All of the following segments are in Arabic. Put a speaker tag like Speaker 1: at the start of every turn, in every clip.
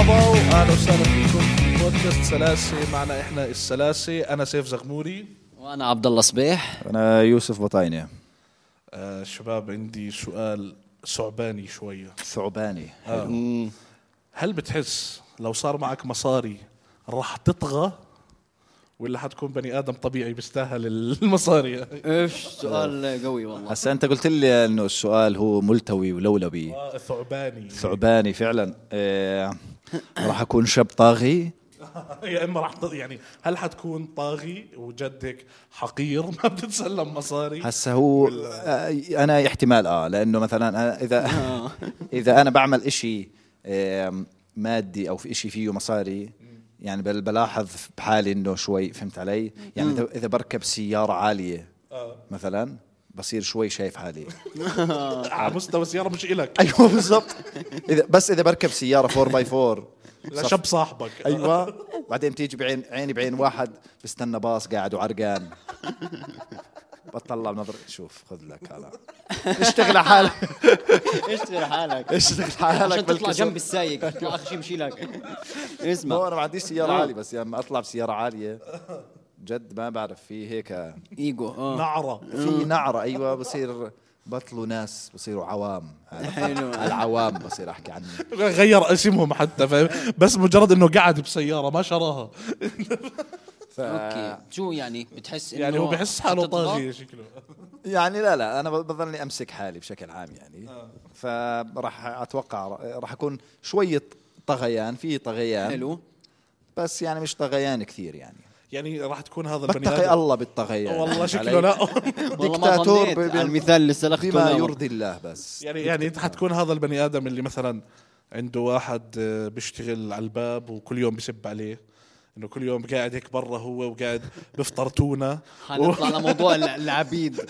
Speaker 1: اهلا وسهلا فيكم في بودكاست سلاسه معنا احنا السلاسه انا سيف زغموري
Speaker 2: وانا عبد الله صبيح
Speaker 3: انا يوسف بطاينه
Speaker 1: آه شباب عندي سؤال ثعباني شويه
Speaker 3: ثعباني
Speaker 1: هل بتحس لو صار معك مصاري راح تطغى ولا حتكون بني ادم طبيعي بيستاهل المصاري
Speaker 2: ايش سؤال قوي والله
Speaker 3: هسا انت قلت لي انه السؤال هو ملتوي ولولبي
Speaker 1: آه، ثعباني
Speaker 3: ثعباني فعلا إيه راح اكون شاب طاغي
Speaker 1: يا اما راح تض- يعني هل حتكون طاغي وجد هيك حقير ما بتتسلم مصاري
Speaker 3: هسا هو آه، انا احتمال اه لانه مثلا أنا اذا اذا انا بعمل إشي آم، مادي او في إشي فيه مصاري يعني بل بلاحظ بحالي انه شوي فهمت علي يعني إذا- اذا بركب سياره عاليه مثلا بصير شوي شايف حالي
Speaker 1: آه، على مستوى السياره مش الك
Speaker 3: ايوه بالضبط اذا بس اذا بركب سياره 4 باي 4
Speaker 1: لا شب صاحبك آه،
Speaker 3: ايوه بعدين تيجي بعين عيني بعين واحد بستنى باص قاعد وعرقان بطلع بنظر شوف خذ لك هلا اشتغل على حالك
Speaker 2: اشتغل حالك
Speaker 3: اشتغل على
Speaker 2: عشان
Speaker 3: حالك
Speaker 2: تطلع
Speaker 3: بالكسر.
Speaker 2: جنب السايق تطلع اخر شيء يمشيلك
Speaker 3: هو
Speaker 2: اسمع
Speaker 3: انا ما عنديش سياره
Speaker 2: آه.
Speaker 3: عاليه بس لما اطلع بسياره عاليه جد ما بعرف في هيك
Speaker 2: ايجو
Speaker 3: نعم.
Speaker 2: اه
Speaker 1: نعره
Speaker 3: في نعره ايوه بصير بطلوا ناس بصيروا عوام
Speaker 2: حلو.
Speaker 3: العوام بصير احكي عنهم
Speaker 1: غير اسمهم حتى فاهم بس مجرد انه قعد بسياره ما شراها
Speaker 3: ف...
Speaker 2: اوكي شو يعني بتحس انه
Speaker 1: يعني هو بحس حاله
Speaker 2: حتضغط؟
Speaker 1: طاغي شكله
Speaker 3: يعني لا لا انا بضلني امسك حالي بشكل عام يعني فراح اتوقع راح اكون شويه طغيان في طغيان
Speaker 2: حلو
Speaker 3: بس يعني مش طغيان كثير يعني
Speaker 1: يعني راح تكون هذا البني
Speaker 3: بتقي
Speaker 1: ادم
Speaker 3: الله يعني بالطغيان
Speaker 1: والله
Speaker 3: فهمت
Speaker 1: شكله
Speaker 3: علي؟
Speaker 1: لا
Speaker 2: والله ما
Speaker 3: دكتاتور
Speaker 2: ظنيت
Speaker 3: ب- ب-
Speaker 2: على المثال اللي سلخته
Speaker 3: بما
Speaker 2: لا.
Speaker 3: يرضي الله بس
Speaker 1: يعني يعني انت حتكون هذا البني ادم اللي مثلا عنده واحد آه، بيشتغل على الباب وكل يوم بسب عليه انه كل يوم قاعد هيك برا هو وقاعد بفطر تونه
Speaker 2: حنطلع لموضوع الع- العبيد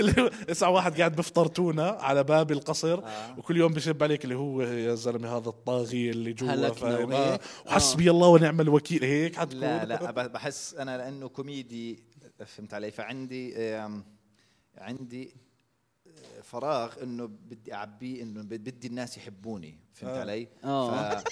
Speaker 1: اللي هو- اسمع واحد قاعد بفطر تونه على باب القصر وكل يوم بشب عليك اللي هو يا زلمه هذا الطاغي اللي جوا
Speaker 2: هلكنا
Speaker 1: فاهم؟ آه،
Speaker 2: وهيك.
Speaker 1: وحسبي الله ونعم الوكيل هيك حتكون
Speaker 3: لا لا ب- بحس انا لانه كوميدي فهمت علي فعندي آم، عندي آه، فراغ انه بدي اعبيه انه بدي الناس يحبوني فهمت علي؟
Speaker 2: آه.
Speaker 3: ف-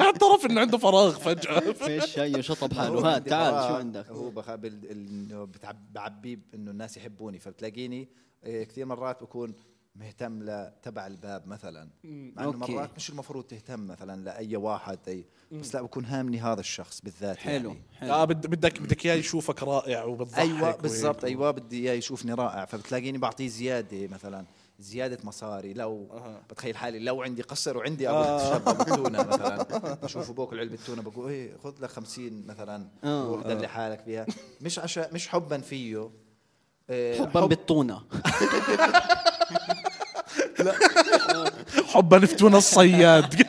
Speaker 1: اعترف انه عنده فراغ فجاه
Speaker 2: فيش هي شطب
Speaker 3: هو
Speaker 2: حاله هات
Speaker 3: عندي يعني
Speaker 2: تعال
Speaker 3: فراغ،
Speaker 2: شو عندك
Speaker 3: هو بخابل انه بتعب- بعبيه انه الناس يحبوني فبتلاقيني إيه، كثير مرات بكون مهتم لتبع الباب مثلا مع انه
Speaker 2: أوكي.
Speaker 3: مرات مش المفروض تهتم مثلا لاي واحد اي بس لا بكون هامني هذا الشخص بالذات
Speaker 2: حلو
Speaker 3: يعني.
Speaker 2: حلو
Speaker 1: اه بد- بدك بدك اياه يشوفك رائع وبتضحك
Speaker 3: ايوه
Speaker 1: وهيك.
Speaker 3: بالضبط ايوه بدي اياه يشوفني رائع فبتلاقيني بعطيه زياده مثلا زيادة مصاري لو أه. بتخيل حالي لو عندي قصر وعندي ابو آه. بالتونة مثلا بشوفه باكل علبة تونة بقول ايه خذ لك 50 مثلا
Speaker 2: آه.
Speaker 3: وقدر لحالك فيها مش عشان مش حبا فيه إيه،
Speaker 2: حبا بالطونه
Speaker 1: حبا نفتون الصياد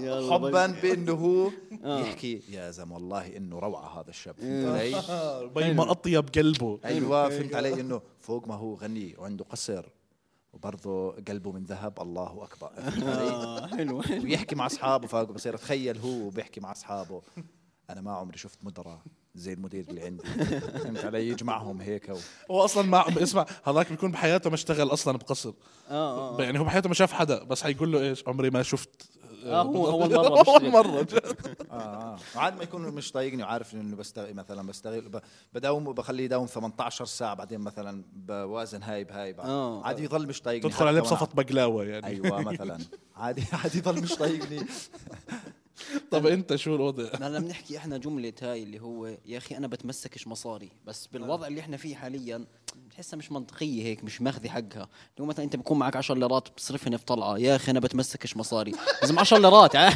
Speaker 2: يلا
Speaker 3: حبا بانه هو
Speaker 2: آه.
Speaker 3: يحكي يا زلمه والله انه روعه هذا الشاب
Speaker 2: إيه.
Speaker 3: فهمت علي؟
Speaker 1: بي ما اطيب آه، قلبه
Speaker 3: ايوه فهمت علي انه فوق ما هو غني وعنده قصر وبرضه قلبه من ذهب الله اكبر فهمت علي؟
Speaker 2: آه، حلو حلو
Speaker 3: ويحكي مع اصحابه فوق بصير اتخيل هو وبيحكي مع اصحابه انا ما عمري شفت مدراء زي المدير اللي عندي فهمت علي يجمعهم هيك و...
Speaker 1: هو اصلا ما اسمع هذاك بيكون بحياته ما اشتغل اصلا بقصر
Speaker 2: اه اه
Speaker 1: يعني هو بحياته ما شاف حدا بس حيقول له ايش عمري ما شفت
Speaker 2: آه، هو
Speaker 1: اول
Speaker 2: اول مره
Speaker 1: مره
Speaker 2: بشتغل.
Speaker 3: آه. عاد ما يكون مش طايقني وعارف انه بستغل مثلا بستغل ب... بداوم بخليه يداوم 18 ساعه بعدين مثلا بوازن هاي بهاي بعد
Speaker 2: آه.
Speaker 3: عاد يضل مش طايقني
Speaker 1: تدخل عليه
Speaker 3: حتى وأنا-
Speaker 1: بصفط بقلاوه يعني
Speaker 3: ايوه مثلا عادي عادي يضل مش طايقني
Speaker 1: طب انت شو الوضع؟
Speaker 2: هلا بنحكي احنا جملة هاي اللي هو يا اخي انا بتمسكش مصاري بس بالوضع اللي احنا فيه حاليا بتحسها مش منطقية هيك مش ماخذة حقها لو مثلا انت بيكون معك 10 ليرات بتصرفهن في طلعة يا اخي انا بتمسكش مصاري لازم 10 ليرات ع-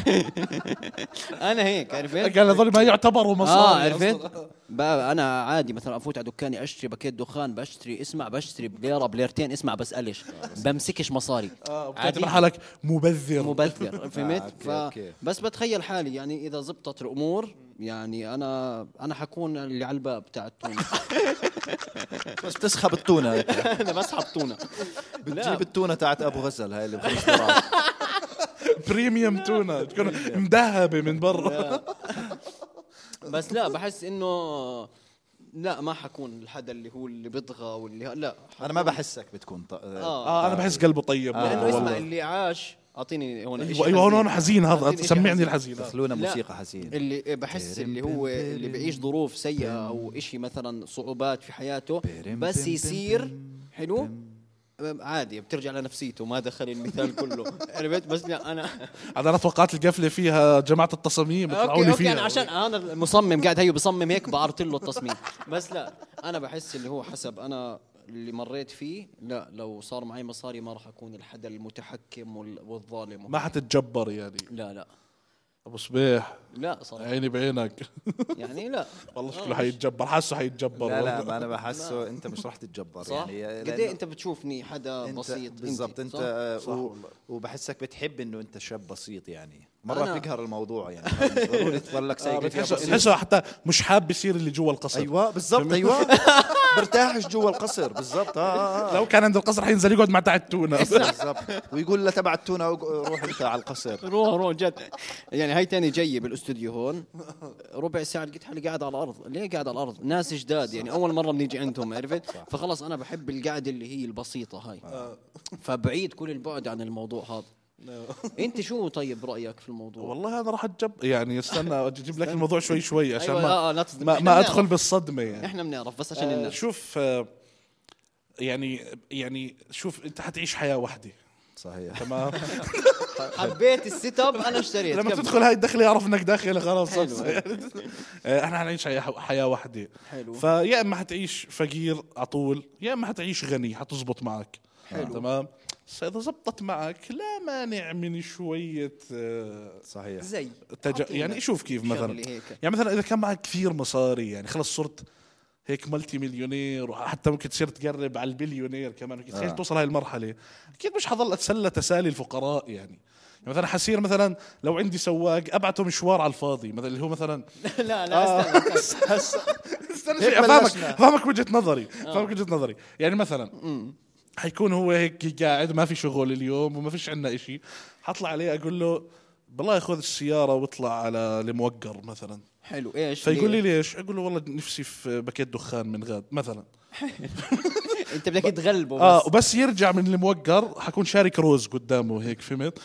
Speaker 2: انا هيك
Speaker 3: إيه،
Speaker 2: عرفت؟
Speaker 1: قال هذول ما
Speaker 3: آه،
Speaker 1: يعتبروا
Speaker 2: اه
Speaker 1: مصاري
Speaker 2: عرفت؟ بقى انا عادي مثلا افوت على دكاني اشتري باكيت دخان بشتري اسمع بشتري بليرة بليرتين اسمع بسألش بمسكش مصاري
Speaker 1: اه
Speaker 2: عادي.
Speaker 1: بتعتبر حالك مبذر
Speaker 2: مبذر
Speaker 3: آه،
Speaker 2: فهمت
Speaker 3: أوكي،
Speaker 2: ف...
Speaker 3: أوكي.
Speaker 2: بس بتخيل حالي يعني اذا زبطت الامور يعني انا انا حكون اللي على الباب تاع التونه
Speaker 3: بس بتسحب التونه
Speaker 2: انا بسحب تونه
Speaker 3: بتجيب التونه تاعت ابو غزل هاي اللي بخمس دولار
Speaker 1: بريميوم تونه تكون مذهبه من برا
Speaker 3: آه.
Speaker 2: بس لا بحس انه لا ما حكون الحدا اللي هو اللي بيطغى واللي لا
Speaker 3: انا ما بحسك بتكون ط...
Speaker 2: اه
Speaker 1: اه انا بحس قلبه طيب
Speaker 3: آه.
Speaker 2: لانه
Speaker 1: والله.
Speaker 2: اسمع اللي عاش اعطيني هون إشي
Speaker 1: ايوه أيوة، هون هون
Speaker 2: حزين.
Speaker 1: حزين هذا
Speaker 2: أعطيني إشي
Speaker 1: سمعني
Speaker 2: حزين.
Speaker 1: الحزين هذا.
Speaker 3: دخلونا
Speaker 2: لا.
Speaker 3: موسيقى حزين
Speaker 2: اللي بحس اللي هو اللي بيعيش ظروف سيئه او إشي مثلا صعوبات في حياته بس يصير حلو عادي بترجع لنفسيته ما دخل المثال كله عرفت بس يعني لا انا
Speaker 1: هذا انا توقعت القفله فيها جماعه التصاميم
Speaker 2: اوكي
Speaker 1: طلعوني
Speaker 2: اوكي انا
Speaker 1: فيها
Speaker 2: عشان انا المصمم قاعد هيو بصمم هيك بعرض له التصميم بس لا انا بحس اللي هو حسب انا اللي مريت فيه لا لو صار معي مصاري ما راح اكون الحدا المتحكم وال- والظالم
Speaker 1: ما حتتجبر يعني
Speaker 2: لا لا
Speaker 1: ابو صبيح
Speaker 2: لا صراحه
Speaker 1: عيني بعينك
Speaker 2: يعني لا
Speaker 1: والله شكله حيتجبر حاسه حيتجبر
Speaker 3: لا لا
Speaker 1: والله.
Speaker 3: ما انا بحسه انت مش رح تتجبر
Speaker 2: صح
Speaker 3: يعني لأنه
Speaker 2: قد ايه انت بتشوفني حدا
Speaker 3: أنت
Speaker 2: بسيط
Speaker 3: بالضبط انت
Speaker 2: صح؟
Speaker 3: آه،
Speaker 1: صح
Speaker 3: و-
Speaker 1: والله.
Speaker 3: وبحسك بتحب انه انت شاب بسيط يعني مرات
Speaker 2: أنا-
Speaker 3: بيقهر الموضوع يعني ضروري تضلك
Speaker 1: آه،
Speaker 3: سايق
Speaker 1: بتحسه بتحسه حتى مش حاب يصير اللي جوا القصر
Speaker 3: ايوه بالضبط ايوه برتاحش جوا القصر بالضبط اه آه،
Speaker 1: لو كان عند القصر حينزل يقعد مع تاع التونه
Speaker 3: آه. بالضبط ويقول له تبع التونه وق- روح انت على القصر
Speaker 2: روح روح جد يعني هاي تاني جاي بالاستوديو هون ربع ساعه لقيت حالي قاعد على الارض ليه قاعد على الارض ناس جداد يعني اول مره بنيجي عندهم عرفت فخلص انا بحب القعده اللي هي البسيطه هاي فبعيد كل البعد عن الموضوع هذا انت شو طيب رايك في الموضوع
Speaker 1: والله انا راح اتجب يعني استنى اجيب لك الموضوع شوي شوي عشان
Speaker 2: أيوة، آه، آه، لا
Speaker 1: ما
Speaker 2: تصدم.
Speaker 1: ما,
Speaker 2: إحنا نعم.
Speaker 1: ما
Speaker 2: بنعرف.
Speaker 1: ادخل بالصدمه يعني
Speaker 2: احنا بنعرف بس عشان
Speaker 1: آه
Speaker 2: الناس
Speaker 1: شوف آه يعني يعني شوف انت حتعيش حياه وحده
Speaker 3: صحيح
Speaker 1: تمام
Speaker 2: حبيت السيت اب انا اشتريت
Speaker 1: لما
Speaker 2: كمل.
Speaker 1: تدخل هاي الدخله يعرف انك داخل خلاص
Speaker 2: حلو.
Speaker 1: صح. آه، احنا حنعيش حياه حياه وحده
Speaker 2: حلو.
Speaker 1: فيا اما حتعيش فقير على طول يا اما حتعيش غني حتزبط معك
Speaker 2: حلو.
Speaker 1: تمام بس اذا زبطت معك لا مانع من شويه آه،
Speaker 3: صحيح
Speaker 2: زي
Speaker 1: تج...
Speaker 2: أعطينا
Speaker 1: يعني شوف كيف مثلا
Speaker 2: شغلة هيك.
Speaker 1: يعني مثلا اذا كان معك كثير مصاري يعني خلص صرت هيك ملتي مليونير وحتى ممكن تصير تقرب على البليونير كمان تخيل
Speaker 3: آه.
Speaker 1: توصل هاي المرحله اكيد مش حضل اتسلى تسالي الفقراء يعني يعني مثلا حصير مثلا لو عندي سواق ابعته مشوار على الفاضي مثلا اللي هو مثلا
Speaker 2: لا لا استنى
Speaker 3: هسه
Speaker 1: استنى
Speaker 3: هيك
Speaker 1: شوي افهمك
Speaker 3: بلشنا.
Speaker 1: افهمك وجهه نظري افهمك وجهه نظري يعني مثلا حيكون هو هيك قاعد ما في شغل اليوم وما فيش عندنا إشي حطلع عليه اقول له بالله خذ السياره واطلع على الموقر مثلا
Speaker 2: حلو ايش
Speaker 1: فيقول لي
Speaker 2: ليه؟
Speaker 1: ليش؟ اقول له والله نفسي في باكيت دخان من غاد مثلا
Speaker 2: انت بدك تغلبه
Speaker 1: اه
Speaker 2: بس
Speaker 1: وبس يرجع من الموقر حكون شارك روز قدامه هيك فهمت؟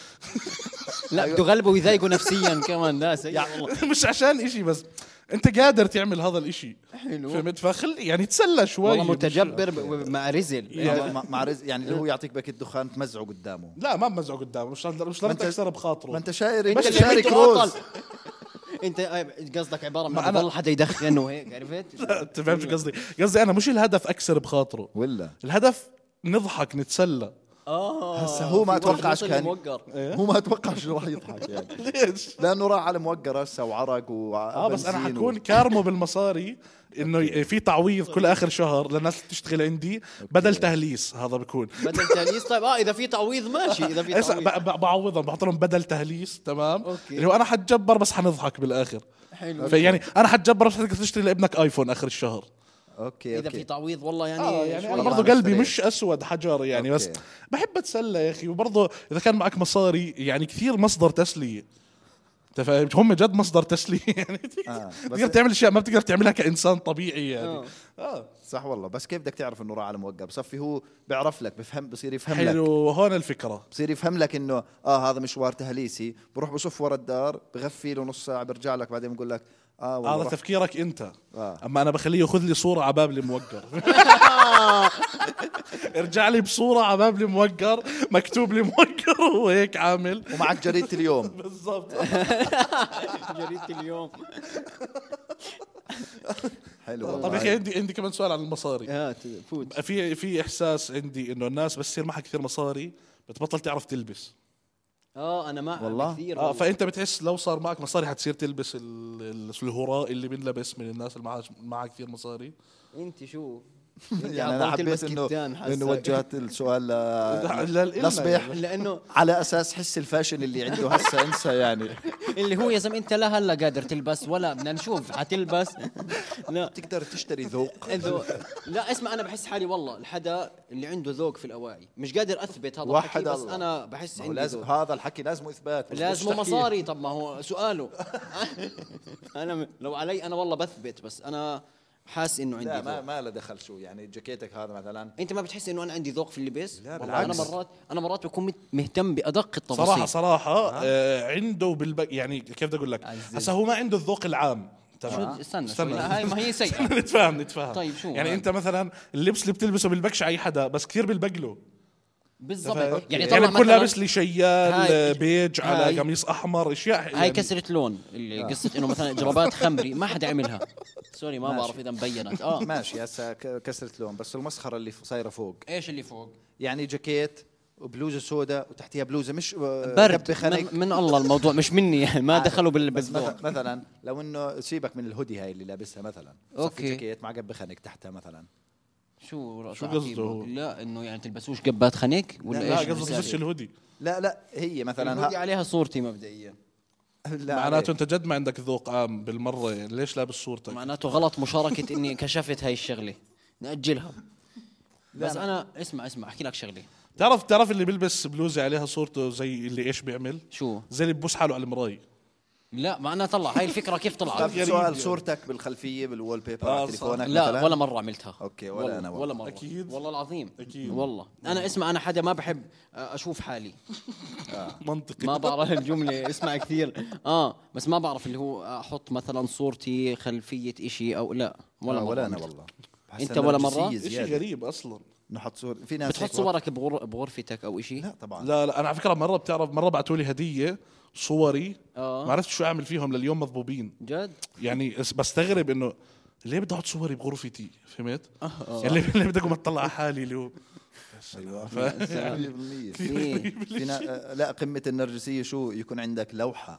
Speaker 2: لا
Speaker 3: أيوة.
Speaker 2: بده يغلبه ويضايقه نفسيا كمان لا سيء والله
Speaker 1: مش عشان إشي بس انت قادر تعمل هذا الإشي
Speaker 2: حلو.
Speaker 1: فهمت؟ فخل يعني تسلى شوي
Speaker 2: والله
Speaker 1: مش-
Speaker 2: متجبر ب- مع رزل
Speaker 3: يعني مع- مع رز- يعني اللي هو يعطيك باكيت دخان تمزعه قدامه
Speaker 1: لا ما بمزعه قدامه مش مش
Speaker 3: ما
Speaker 1: لازم
Speaker 3: أنت-
Speaker 1: تكسر بخاطره
Speaker 3: ما انت شاير
Speaker 2: انت
Speaker 3: انت
Speaker 2: اللي
Speaker 3: شارك
Speaker 2: عملته
Speaker 3: روز
Speaker 2: أطل. انت آه، قصدك عباره
Speaker 1: ما
Speaker 2: عن
Speaker 1: أنا-
Speaker 2: بضل حدا يدخن وهيك عرفت
Speaker 1: انت فاهم شو قصدي؟ قصدي انا مش الهدف اكسر بخاطره
Speaker 3: ولا
Speaker 1: الهدف نضحك نتسلى
Speaker 2: اه
Speaker 3: هسه هو ما
Speaker 2: في واحد
Speaker 3: أتوقعش
Speaker 2: وصل
Speaker 3: كان-
Speaker 2: لموقر.
Speaker 3: هو ما اتوقعش انه راح يضحك يعني
Speaker 1: ليش؟
Speaker 3: لانه راح على موقر هسه وعرق و
Speaker 1: اه بس انا حكون كارمو بالمصاري انه في تعويض كل اخر شهر للناس اللي بتشتغل عندي بدل تهليس هذا بكون
Speaker 2: بدل تانيس طيب اه اذا في تعويض ماشي اذا في
Speaker 1: هسا
Speaker 2: تعويض
Speaker 1: ب- ب- بعوضهم بحط لهم بدل تهليس تمام
Speaker 2: أوكي.
Speaker 1: اللي هو انا حتجبر بس حنضحك بالاخر
Speaker 2: حلو
Speaker 1: فيعني انا حتجبر بس حتقدر تشتري لابنك ايفون اخر الشهر
Speaker 3: اوكي
Speaker 2: اذا في
Speaker 3: اوكي
Speaker 2: تعويض والله يعني
Speaker 1: اه يعني انا
Speaker 2: شوي.
Speaker 3: والله
Speaker 1: برضه
Speaker 3: آه، أنا
Speaker 1: قلبي
Speaker 3: اشتريت.
Speaker 1: مش اسود حجر يعني بس
Speaker 3: أوكي.
Speaker 1: بحب اتسلى يا اخي وبرضه اذا كان معك مصاري يعني كثير مصدر تسليه أنت فاهم هم جد مصدر تسليه يعني
Speaker 3: آه، بس-
Speaker 1: بتقدر تعمل اشياء ما بتقدر تعملها كانسان طبيعي
Speaker 2: آه.
Speaker 1: يعني اه
Speaker 3: صح والله بس كيف بدك تعرف انه راح على موقر بصفي هو بيعرف لك بفهم بصير يفهم لك
Speaker 1: حلو هون الفكره
Speaker 3: بصير يفهم لك انه اه هذا مشوار تهليسي بروح بصف ورا الدار بغفي له نص ساعه برجع لك بعدين بقول لك اه والله
Speaker 1: هذا
Speaker 3: رحت-
Speaker 1: تفكيرك انت
Speaker 3: آه.
Speaker 1: اما انا بخليه ياخذ لي صوره على باب الموقر ارجع لي بصوره على باب الموقر مكتوب لي موقر وهو هيك عامل
Speaker 3: ومعك جريده اليوم
Speaker 1: بالضبط
Speaker 2: جريدة اليوم
Speaker 3: حلو
Speaker 1: طب طيب يا
Speaker 3: والله.
Speaker 1: اخي عندي عندي كمان سؤال عن المصاري
Speaker 2: اه ت- فوت
Speaker 1: في في احساس عندي انه الناس بس يصير معها كثير مصاري بتبطل تعرف تلبس
Speaker 2: اه انا مع
Speaker 3: والله؟ آه،
Speaker 2: كثير
Speaker 1: اه
Speaker 2: والله.
Speaker 1: فانت بتحس لو صار معك مصاري حتصير تلبس ال- ال- الهراء اللي بنلبس من الناس اللي معها معها كثير مصاري
Speaker 2: انت شو
Speaker 3: يعني انا حبيت انه انه وجهت السؤال
Speaker 1: لا-
Speaker 3: ل-
Speaker 1: لا- إلا
Speaker 3: لصبيح
Speaker 1: يعني.
Speaker 2: لانه
Speaker 3: على اساس حس الفاشن اللي عنده هسه انسى يعني
Speaker 2: اللي هو يا زلمه انت لا هلا قادر تلبس ولا بدنا نشوف حتلبس لا
Speaker 3: بتقدر تشتري ذوق
Speaker 2: انه لا اسمع انا بحس حالي والله الحدا اللي عنده ذوق في الاواعي مش قادر اثبت هذا
Speaker 3: وحد
Speaker 2: الحكي بس
Speaker 3: الله.
Speaker 2: انا بحس
Speaker 3: ما هو
Speaker 2: عندي
Speaker 3: لازم
Speaker 2: لازم
Speaker 3: هذا الحكي لازم اثبات مش
Speaker 2: لازم
Speaker 3: مستحيل.
Speaker 2: مصاري طب ما هو سؤاله انا م- لو علي انا والله بثبت بس انا حاس انه عندي
Speaker 3: لا ما
Speaker 2: ذوق
Speaker 3: ما له دخل شو يعني جاكيتك هذا مثلا
Speaker 2: انت ما بتحس انه انا عندي ذوق في اللبس
Speaker 3: لا،
Speaker 2: والله انا
Speaker 3: بالعكس.
Speaker 2: مرات انا مرات بكون مت- مهتم بادق التفاصيل
Speaker 1: صراحه صراحه آه عنده بالب... يعني كيف بدي اقول لك
Speaker 2: عزيز.
Speaker 1: هسه هو ما عنده الذوق العام
Speaker 2: شو
Speaker 1: تمام
Speaker 2: استنى شوي لا، هاي ما هي سيئه
Speaker 1: استنى نتفاهم نتفاهم
Speaker 2: طيب شو
Speaker 1: يعني
Speaker 2: هذا؟
Speaker 1: انت مثلا اللبس اللي بتلبسه بالبكش اي حدا بس كثير بالبقله
Speaker 2: بالضبط يعني
Speaker 1: يعني
Speaker 2: طلع
Speaker 1: بكون
Speaker 2: مثلا
Speaker 1: لابس لي شيال آه،
Speaker 2: هاي-
Speaker 1: بيج
Speaker 2: هاي-
Speaker 1: على قميص احمر اشياء
Speaker 2: هاي
Speaker 1: يعني
Speaker 2: كسرة لون
Speaker 3: آه.
Speaker 2: اللي قصة انه مثلا جرابات خمري ما حدا عملها سوري ما
Speaker 3: ماشي.
Speaker 2: بعرف اذا مبينت اه
Speaker 3: ماشي هسه ك- كسرت لون بس المسخره اللي ف- صايره فوق
Speaker 2: ايش اللي فوق؟
Speaker 3: يعني جاكيت وبلوزه سوداء وتحتها بلوزه مش آه،
Speaker 2: برد
Speaker 3: كبة خنق
Speaker 2: من, من الله الموضوع مش مني يعني ما دخلوا بال-
Speaker 3: بس
Speaker 2: بالذوق
Speaker 3: مثلا مثلا لو انه سيبك من الهودي هاي اللي لابسها مثلا صفي
Speaker 2: أوكي.
Speaker 3: جاكيت مع قبه خنق تحتها مثلا
Speaker 2: شو
Speaker 1: شو
Speaker 2: تعقيبه؟
Speaker 1: قصده هو؟
Speaker 2: لا انه يعني تلبسوش قبات خنق ولا
Speaker 1: لا
Speaker 2: ايش
Speaker 1: آه، قصدي مش
Speaker 2: الرسالة؟
Speaker 1: الهودي
Speaker 3: لا لا هي مثلا
Speaker 2: الهودي
Speaker 3: ها
Speaker 2: عليها صورتي مبدئيا
Speaker 3: لا عليك.
Speaker 1: يعني معناته انت جد ما عندك ذوق عام بالمره يعني ليش لابس صورتك
Speaker 2: معناته غلط مشاركة اني كشفت هاي الشغلة نأجلها بس انا اسمع اسمع احكي لك شغلة
Speaker 1: تعرف تعرف اللي بيلبس بلوزه عليها صورته زي اللي ايش بيعمل
Speaker 2: شو؟
Speaker 1: زي اللي ببوس حاله على المرايه
Speaker 2: لا ما انا طلع هاي الفكرة كيف طلعت
Speaker 3: طب
Speaker 1: غريب
Speaker 3: سؤال
Speaker 1: يعني.
Speaker 3: صورتك بالخلفيه بالوول بيبر
Speaker 1: آه،
Speaker 3: على تليفونك
Speaker 2: لا
Speaker 3: مثلا
Speaker 2: ولا مرة عملتها
Speaker 3: أوكي، ولا
Speaker 2: والله-
Speaker 3: أنا والله.
Speaker 2: ولا مرة
Speaker 1: أكيد.
Speaker 2: والله العظيم
Speaker 1: أكيد.
Speaker 2: والله انا اسمع انا حدا ما بحب آه، اشوف حالي
Speaker 1: منطقي
Speaker 2: ما بعرف الجملة اسمع كثير اه بس ما بعرف اللي هو احط مثلا صورتي خلفية اشي او لا ولا
Speaker 3: آه،
Speaker 2: مرة
Speaker 3: ولا انا
Speaker 2: عملتها.
Speaker 3: والله بحس
Speaker 2: أنت
Speaker 3: إنها
Speaker 2: ولا مرة؟
Speaker 1: شيء
Speaker 3: جنسية زيادة.
Speaker 1: غريب اصلا
Speaker 3: نحط صور في ناس
Speaker 2: بتحط
Speaker 3: هيك
Speaker 2: صورك بغر... بغرفتك او اشي
Speaker 3: لا طبعا
Speaker 1: لا لا انا على فكره مره بتعرف مره بعثوا لي هديه صوري
Speaker 2: آه.
Speaker 1: ما عرفت شو اعمل فيهم لليوم مضبوبين
Speaker 2: جد
Speaker 1: يعني اس- بستغرب انه ليه بدي احط صوري بغرفتي فهمت؟
Speaker 2: آه،
Speaker 1: يعني ليه ليه بدي اقوم اطلع على حالي اللي هو
Speaker 3: ايوه
Speaker 2: في-
Speaker 3: 100% في نا- آه، لا قمه النرجسيه شو يكون عندك لوحه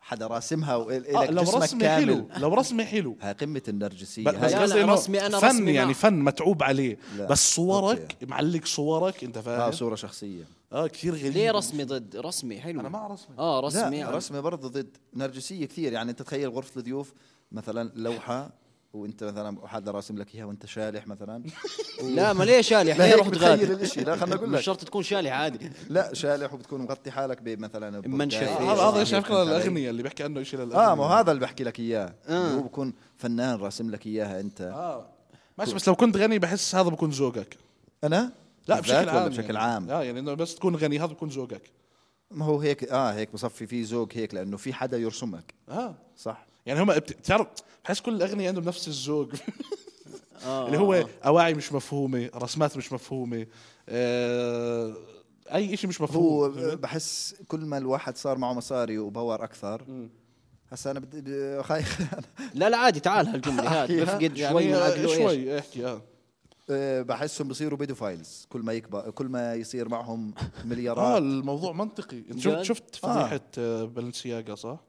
Speaker 3: حدا راسمها
Speaker 1: آه،
Speaker 3: والك
Speaker 1: لو
Speaker 3: جسمك
Speaker 1: رسمي حلو
Speaker 3: كامل
Speaker 1: لو رسمي حلو
Speaker 3: ها قمه النرجسيه
Speaker 1: ب- بس
Speaker 2: لا،
Speaker 3: هاي.
Speaker 2: لا،
Speaker 1: قصدي انه
Speaker 2: رسمي أنا
Speaker 1: فن
Speaker 2: رسمي مع-
Speaker 1: يعني فن متعوب عليه
Speaker 3: لا.
Speaker 1: بس صورك معلق صورك انت
Speaker 3: اه
Speaker 1: فاهم؟
Speaker 3: صوره شخصيه
Speaker 1: اه كثير غريب
Speaker 2: آه، ليه رسمي ضد رسمي حلو
Speaker 1: أنا ما رسمي.
Speaker 2: اه رسمي
Speaker 3: رسمي
Speaker 2: يعني.
Speaker 3: رسمي برضه ضد نرجسيه كثير يعني انت تخيل غرفه الضيوف مثلا لوحه وانت مثلا حدا راسم لك اياها وانت شالح مثلا
Speaker 2: لا ما ليه شالح
Speaker 3: لا
Speaker 2: ليه
Speaker 3: هيك
Speaker 2: رحت
Speaker 3: بتخيل
Speaker 2: غادي
Speaker 3: الاشي لا خليني اقول
Speaker 2: مش
Speaker 3: لك
Speaker 2: شرط تكون شالح عادي
Speaker 3: لا شالح وبتكون مغطي حالك بمثلا
Speaker 2: منشف.
Speaker 1: آه،
Speaker 3: ببركاية.
Speaker 1: هذا هذا
Speaker 2: يعني
Speaker 1: ايش على فكره
Speaker 3: فهمت علي؟
Speaker 1: الاغنيه اللي بيحكي عنه
Speaker 2: آه،
Speaker 1: شيء للاغنيه
Speaker 3: اه يعني؟ ما هو هذا اللي بحكي لك اياه هو بكون فنان راسم لك اياها انت
Speaker 1: اه ماشي بس لو كنت غني بحس هذا بكون ذوقك
Speaker 3: انا
Speaker 1: لا بشكل
Speaker 3: بالذات
Speaker 1: عام
Speaker 3: ولا بشكل
Speaker 1: يعني.
Speaker 3: عام
Speaker 1: اه يعني انه بس تكون غني هذا بكون ذوقك
Speaker 3: ما هو هيك اه هيك بصفي في ذوق هيك لانه في حدا يرسمك
Speaker 1: اه
Speaker 3: صح
Speaker 1: يعني هم بت- بتعرف بحس كل الاغنياء عندهم نفس الذوق
Speaker 2: آه،
Speaker 1: اللي هو اواعي مش مفهومه رسمات مش مفهومه آه اي شيء مش
Speaker 3: هو آه،
Speaker 1: مفهوم فهمت؟
Speaker 3: بحس كل ما الواحد صار معه مصاري وباور اكثر هسا انا بدي آه، ب- خايف
Speaker 2: لا لا عادي تعال هالجمله هاد
Speaker 3: أحكيها.
Speaker 2: بفقد
Speaker 1: يعني
Speaker 2: شوي من
Speaker 1: آه،
Speaker 2: عقله ايش
Speaker 1: شوي احكي اه
Speaker 3: آه، بحسهم بصيروا بيدوفايلز كل ما يكبر كل ما يصير معهم
Speaker 1: اه
Speaker 3: مليارات
Speaker 1: الموضوع منطقي انت شفت
Speaker 2: جد؟
Speaker 1: شفت
Speaker 3: آه.
Speaker 1: فضيحه آه. بالنسياقه صح؟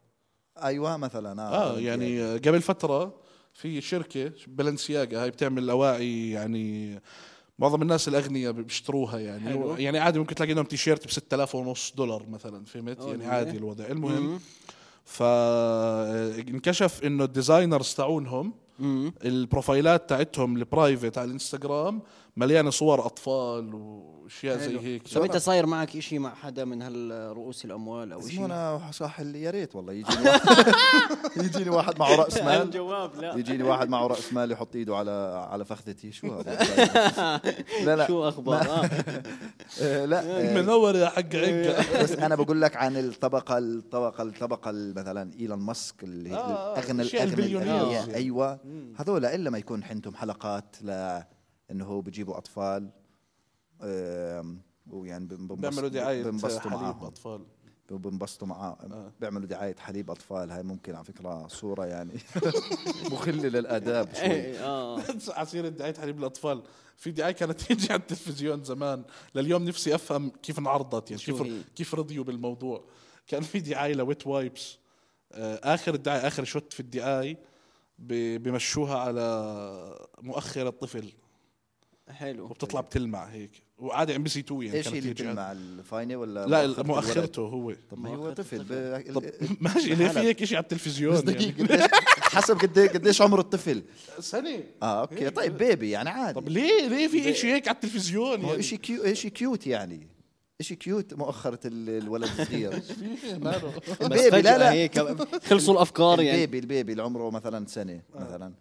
Speaker 3: ايوه مثلا
Speaker 1: اه يعني آه، قبل فتره في شركه بلنسياجا هاي بتعمل اواعي يعني معظم الناس الاغنياء بيشتروها يعني
Speaker 2: حلو.
Speaker 1: يعني عادي ممكن تلاقي لهم تيشيرت ب 6000 ونص دولار مثلا فهمت
Speaker 2: أوه، إيه.
Speaker 1: يعني
Speaker 2: جميل.
Speaker 1: عادي الوضع المهم فانكشف انه الديزاينرز تاعونهم البروفايلات تاعتهم البرايفت على الانستغرام مليانه صور اطفال واشياء زي هيك
Speaker 2: طب انت صاير معك شيء مع حدا من هالرؤوس الاموال او شيء
Speaker 3: انا صح اللي يا ريت والله يجيني واحد يجيني واحد معه راس مال
Speaker 2: الجواب إيه، لا
Speaker 3: يجيني واحد معه راس مال يحط ايده على على فخذتي شو هذا لا لا
Speaker 2: شو اخبار آه.
Speaker 3: آه، لا آه،
Speaker 1: منور يا حق عقه
Speaker 3: بس انا بقول لك عن الطبقه الطبقه الطبقه مثلا ايلون ماسك اللي
Speaker 1: آه،
Speaker 3: اغنى
Speaker 1: أشياء
Speaker 3: الاغنى
Speaker 1: البليونيرز
Speaker 3: الأغنياء.
Speaker 1: يعني.
Speaker 3: ايوه هذول الا ما يكون عندهم حلقات لا انه هو بجيبوا اطفال آم، ويعني بن- بنبسط-
Speaker 1: بيعملوا دعايه
Speaker 3: بنبسطوا
Speaker 1: حليب آه.
Speaker 3: معاهم
Speaker 1: اطفال
Speaker 3: بنبسطوا معاه بيعملوا دعايه حليب اطفال هاي ممكن على فكره صوره يعني مخله للاداب شوي
Speaker 2: إيه، اه
Speaker 1: عصير دعاية حليب الأطفال في دعاية كانت تيجي على التلفزيون زمان لليوم نفسي أفهم كيف انعرضت يعني
Speaker 2: شو
Speaker 1: كيف
Speaker 2: هي؟
Speaker 1: كيف رضيوا بالموضوع كان في دعاية لويت وايبس آه، آخر الدعاية آخر شوت في الدعاية ب- بمشوها على مؤخر الطفل
Speaker 2: حلو
Speaker 1: وبتطلع بتلمع هيك وعادي ام بي سي 2 يعني
Speaker 3: ايش
Speaker 1: كانت
Speaker 3: هي اللي
Speaker 1: تيجي
Speaker 3: بتلمع الفاينه ولا
Speaker 1: لا ال-
Speaker 3: مؤخرة إيه، الولد؟
Speaker 1: مؤخرته هو
Speaker 3: طب ما هو طفل
Speaker 1: طب
Speaker 3: ب-
Speaker 1: ماشي ليه في
Speaker 3: حلب.
Speaker 1: هيك شيء على التلفزيون
Speaker 3: بس
Speaker 1: يعني
Speaker 3: دقيقة قديش- حسب قد إيه- قديش عمر الطفل
Speaker 1: سنة
Speaker 3: اه اوكي
Speaker 2: أيوة.
Speaker 3: طيب بيبي يعني عادي
Speaker 1: طب ليه ليه في شيء هيك على التلفزيون
Speaker 3: ما هو
Speaker 1: يعني
Speaker 3: شيء كيو شيء كيوت يعني شيء كيوت مؤخرة ال- الولد الصغير
Speaker 1: ماله؟
Speaker 2: بس
Speaker 3: البيبي لا
Speaker 2: فجأة
Speaker 3: لا
Speaker 2: هيك خلصوا الافكار يعني آه.
Speaker 3: البيبي البيبي اللي عمره مثلا سنة مثلا